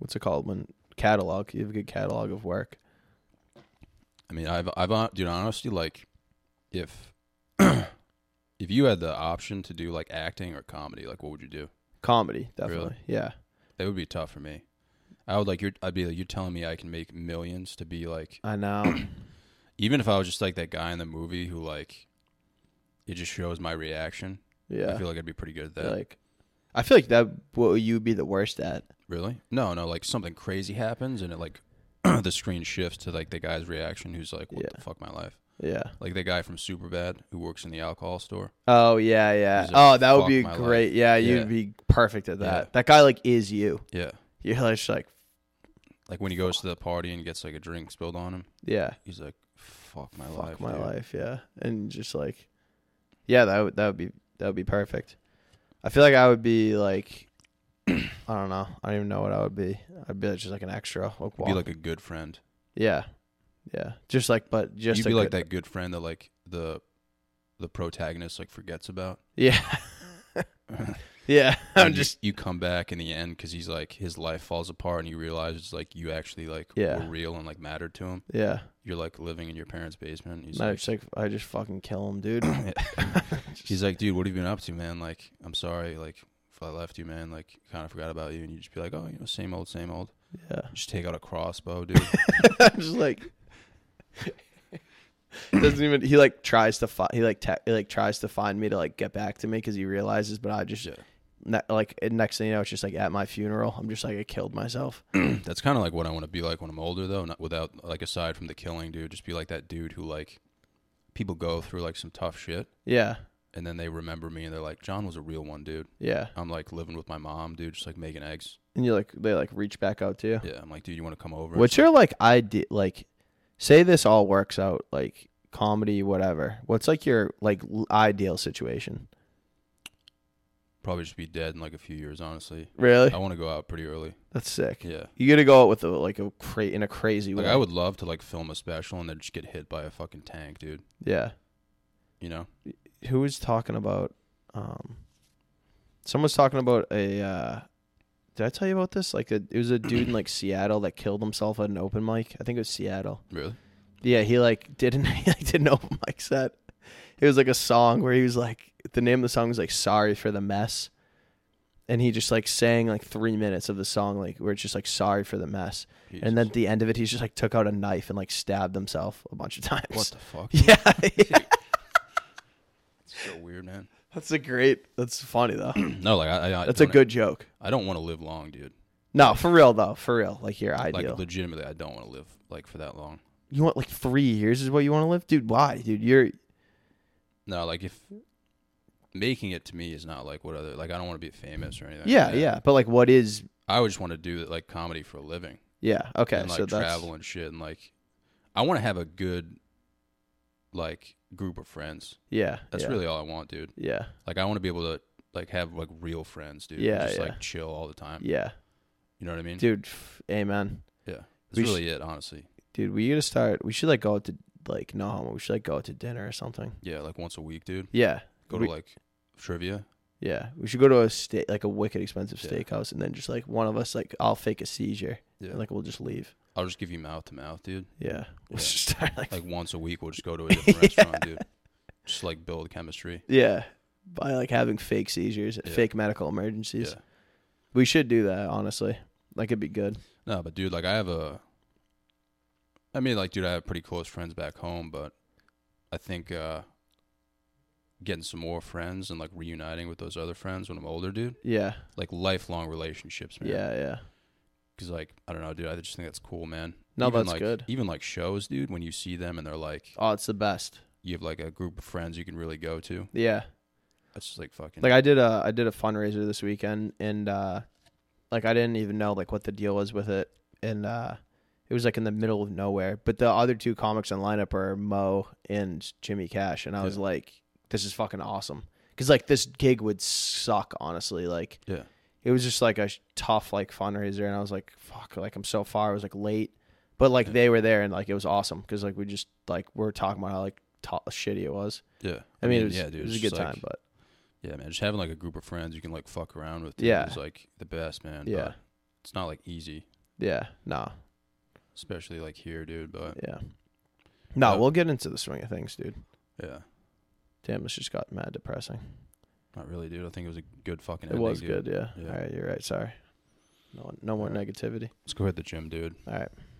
what's it called when catalog. You have a good catalog of work.
I mean, I've I've uh, dude, honestly, like if if you had the option to do like acting or comedy, like what would you do?
Comedy, definitely. Yeah.
That would be tough for me. I would like you're. I'd be like you're telling me I can make millions to be like
I know.
even if I was just like that guy in the movie who like it just shows my reaction. I
yeah.
feel like I'd be pretty good at that.
like I feel like that what you'd be the worst at.
Really? No, no. Like something crazy happens, and it like the screen shifts to like the guy's reaction, who's like, "What the fuck, my life?"
Yeah.
Like the guy from Superbad who works in the alcohol store.
Oh yeah, yeah.
He's a
Oh, that would be
fuck my
great. Yeah, you'd
Yeah.
be perfect at that.
Yeah.
That guy like is you.
Yeah.
You're just like,
Like when he goes to the party and gets like a drink spilled on him,
yeah,
he's like, "Fuck my
fuck
life."
my
dude."
life. Yeah, and just like, yeah, that would that would be that would be perfect. I feel like I would be like, I don't know. I don't even know what I would be. I'd be just like an extra. Like,
You'd
walk-
Be like a good friend.
yeah, yeah. Just like, but just
You'd
a
be like
good-
that good friend that like the the protagonist like forgets about.
Yeah, yeah, I'm
And you-
just
you, come back in the end because he's like his life falls apart and you realize like you actually like
Yeah.
were real and like mattered to him.
yeah.
You're like living in your parents' basement. and He's
I
like,
just like I just fucking kill him, dude.
he's like, dude, what have you been up to, man? Like, I'm sorry, like if I left you, man, like kind of forgot about you, and you just be like, oh, you know, same old, same old.
Yeah,
Just take out a crossbow, dude.
I'm just like doesn't even he like tries to find he like te- he like tries to find me to like get back to me because he realizes, but I just
Yeah.
ne- like and next thing you know, it's just like at my funeral, I'm just like I killed myself.
That's kind of like what I want to be like when I'm older, though. Not without like aside from the killing, dude, just be like that dude who like people go through like some tough shit,
Yeah,
and then they remember me, and they're like, John was a real one, dude.
yeah.
I'm like living with my mom, dude, just like making eggs.
And you like they like reach back out to you.
Yeah, I'm like, dude, you want to come over?
What's your like idea? Like, say this all works out, like comedy, whatever. What's like your like l- ideal situation?
Probably just be dead in like a few years, honestly.
Really?
I want to go out pretty early.
That's sick.
Yeah.
You gotta go out with a like a cra- in a crazy
Like
way.
I would love to like film a special and then just get hit by a fucking tank, dude.
Yeah.
You know?
Who was talking about? Um, someone's talking about a. Uh, did I tell you about this? Like a, it was a dude in like Seattle that killed himself at an open mic. I think it was Seattle.
Really?
Yeah, he like didn't he like didn't open mic set. It was like a song where he was like the name of the song was like "Sorry for the Mess," and he just like sang like three minutes of the song like where it's just like "Sorry for the Mess," and then at the end of it he's just like took out a knife and like stabbed himself a bunch of times.
what the fuck?
yeah,
It's so weird, man.
that's a great. That's funny though.
No, like I, I
That's a
don't-
good joke.
I don't want to live long, dude.
No, for real though, for real. Like your
Like
ideal.
legitimately, I don't want to live like for that long.
you want like three years is what you want to live, dude. Why, dude? You're
No, like if making it to me is not like what other like I don't want to be famous or anything. like
yeah,
that.
yeah. But like, what is?
I would just want to do like comedy for a living.
Yeah, okay.
and like
so that's
travel and shit and like I want to have a good like group of friends.
yeah.
That's
yeah,
really all I want, dude.
yeah.
Like I want to be able to like have like real friends, dude. and
Yeah,
just
yeah.
like chill all the time.
Yeah,
You know what I mean?
dude. f- Amen,
Yeah. That's
we
really it, honestly.
dude. We gotta start. We should like go out to like no homo. We should like go out to dinner or something.
Yeah, like once a week, dude.
Yeah,
Go
We-
to like trivia.
yeah. We should go to a state like a wicked expensive
Yeah.
steakhouse, and then just like one of us like I'll fake a seizure,
Yeah.
and
Like
like we'll just leave.
I'll just give you mouth to mouth, dude.
Yeah, we'll
Yeah.
just start like,
Like once a week we'll just go to a different restaurant, dude. Just like build chemistry.
yeah, by like having fake seizures,
Yeah.
fake medical emergencies.
Yeah.
We should do that honestly. Like it'd be good.
No, but dude, like I have a I mean like dude, I have pretty close friends back home, but I think uh getting some more friends and like reuniting with those other friends when I'm older, dude.
Yeah,
Like lifelong relationships, man.
yeah, yeah.
Cuz like I don't know, dude, I just think that's cool, man.
No,
even,
that's
like,
good.
Even like shows, dude, when you see them and they're like
Oh, it's the best.
you have like a group of friends you can really go to.
Yeah.
That's just like fucking
like I did a I did a fundraiser this weekend and uh like I didn't even know like what the deal was with it and uh it was like in the middle of nowhere but the other two comics on lineup are Mo and Jimmy Cash and I was
Yeah.
like this is fucking awesome cuz like this gig would suck honestly like
Yeah.
it was just like a sh- tough like fundraiser and I was like fuck like I'm so far I was like late but like
Yeah.
they were there and like it was awesome cuz like we just like we are talking about how like to- shitty it was
Yeah.
I mean, it was,
yeah, dude.
it was a
it's
good
just, like-
time but
Yeah, man. Just having like a group of friends you can like fuck around with dude,
Yeah.
is like the best, man.
Yeah.
but It's not like easy,
yeah nah
especially like here, dude, but
Yeah. No,
Uh,
we'll get into the swing of things, dude.
yeah.
Damn, this just got mad depressing.
Not really, dude. I think it was a good fucking
it
ending,
was
dude.
good, yeah.
Yeah.
All right, you're right. Sorry. No, no more
All right.
negativity.
Let's go hit the gym, dude.
All right.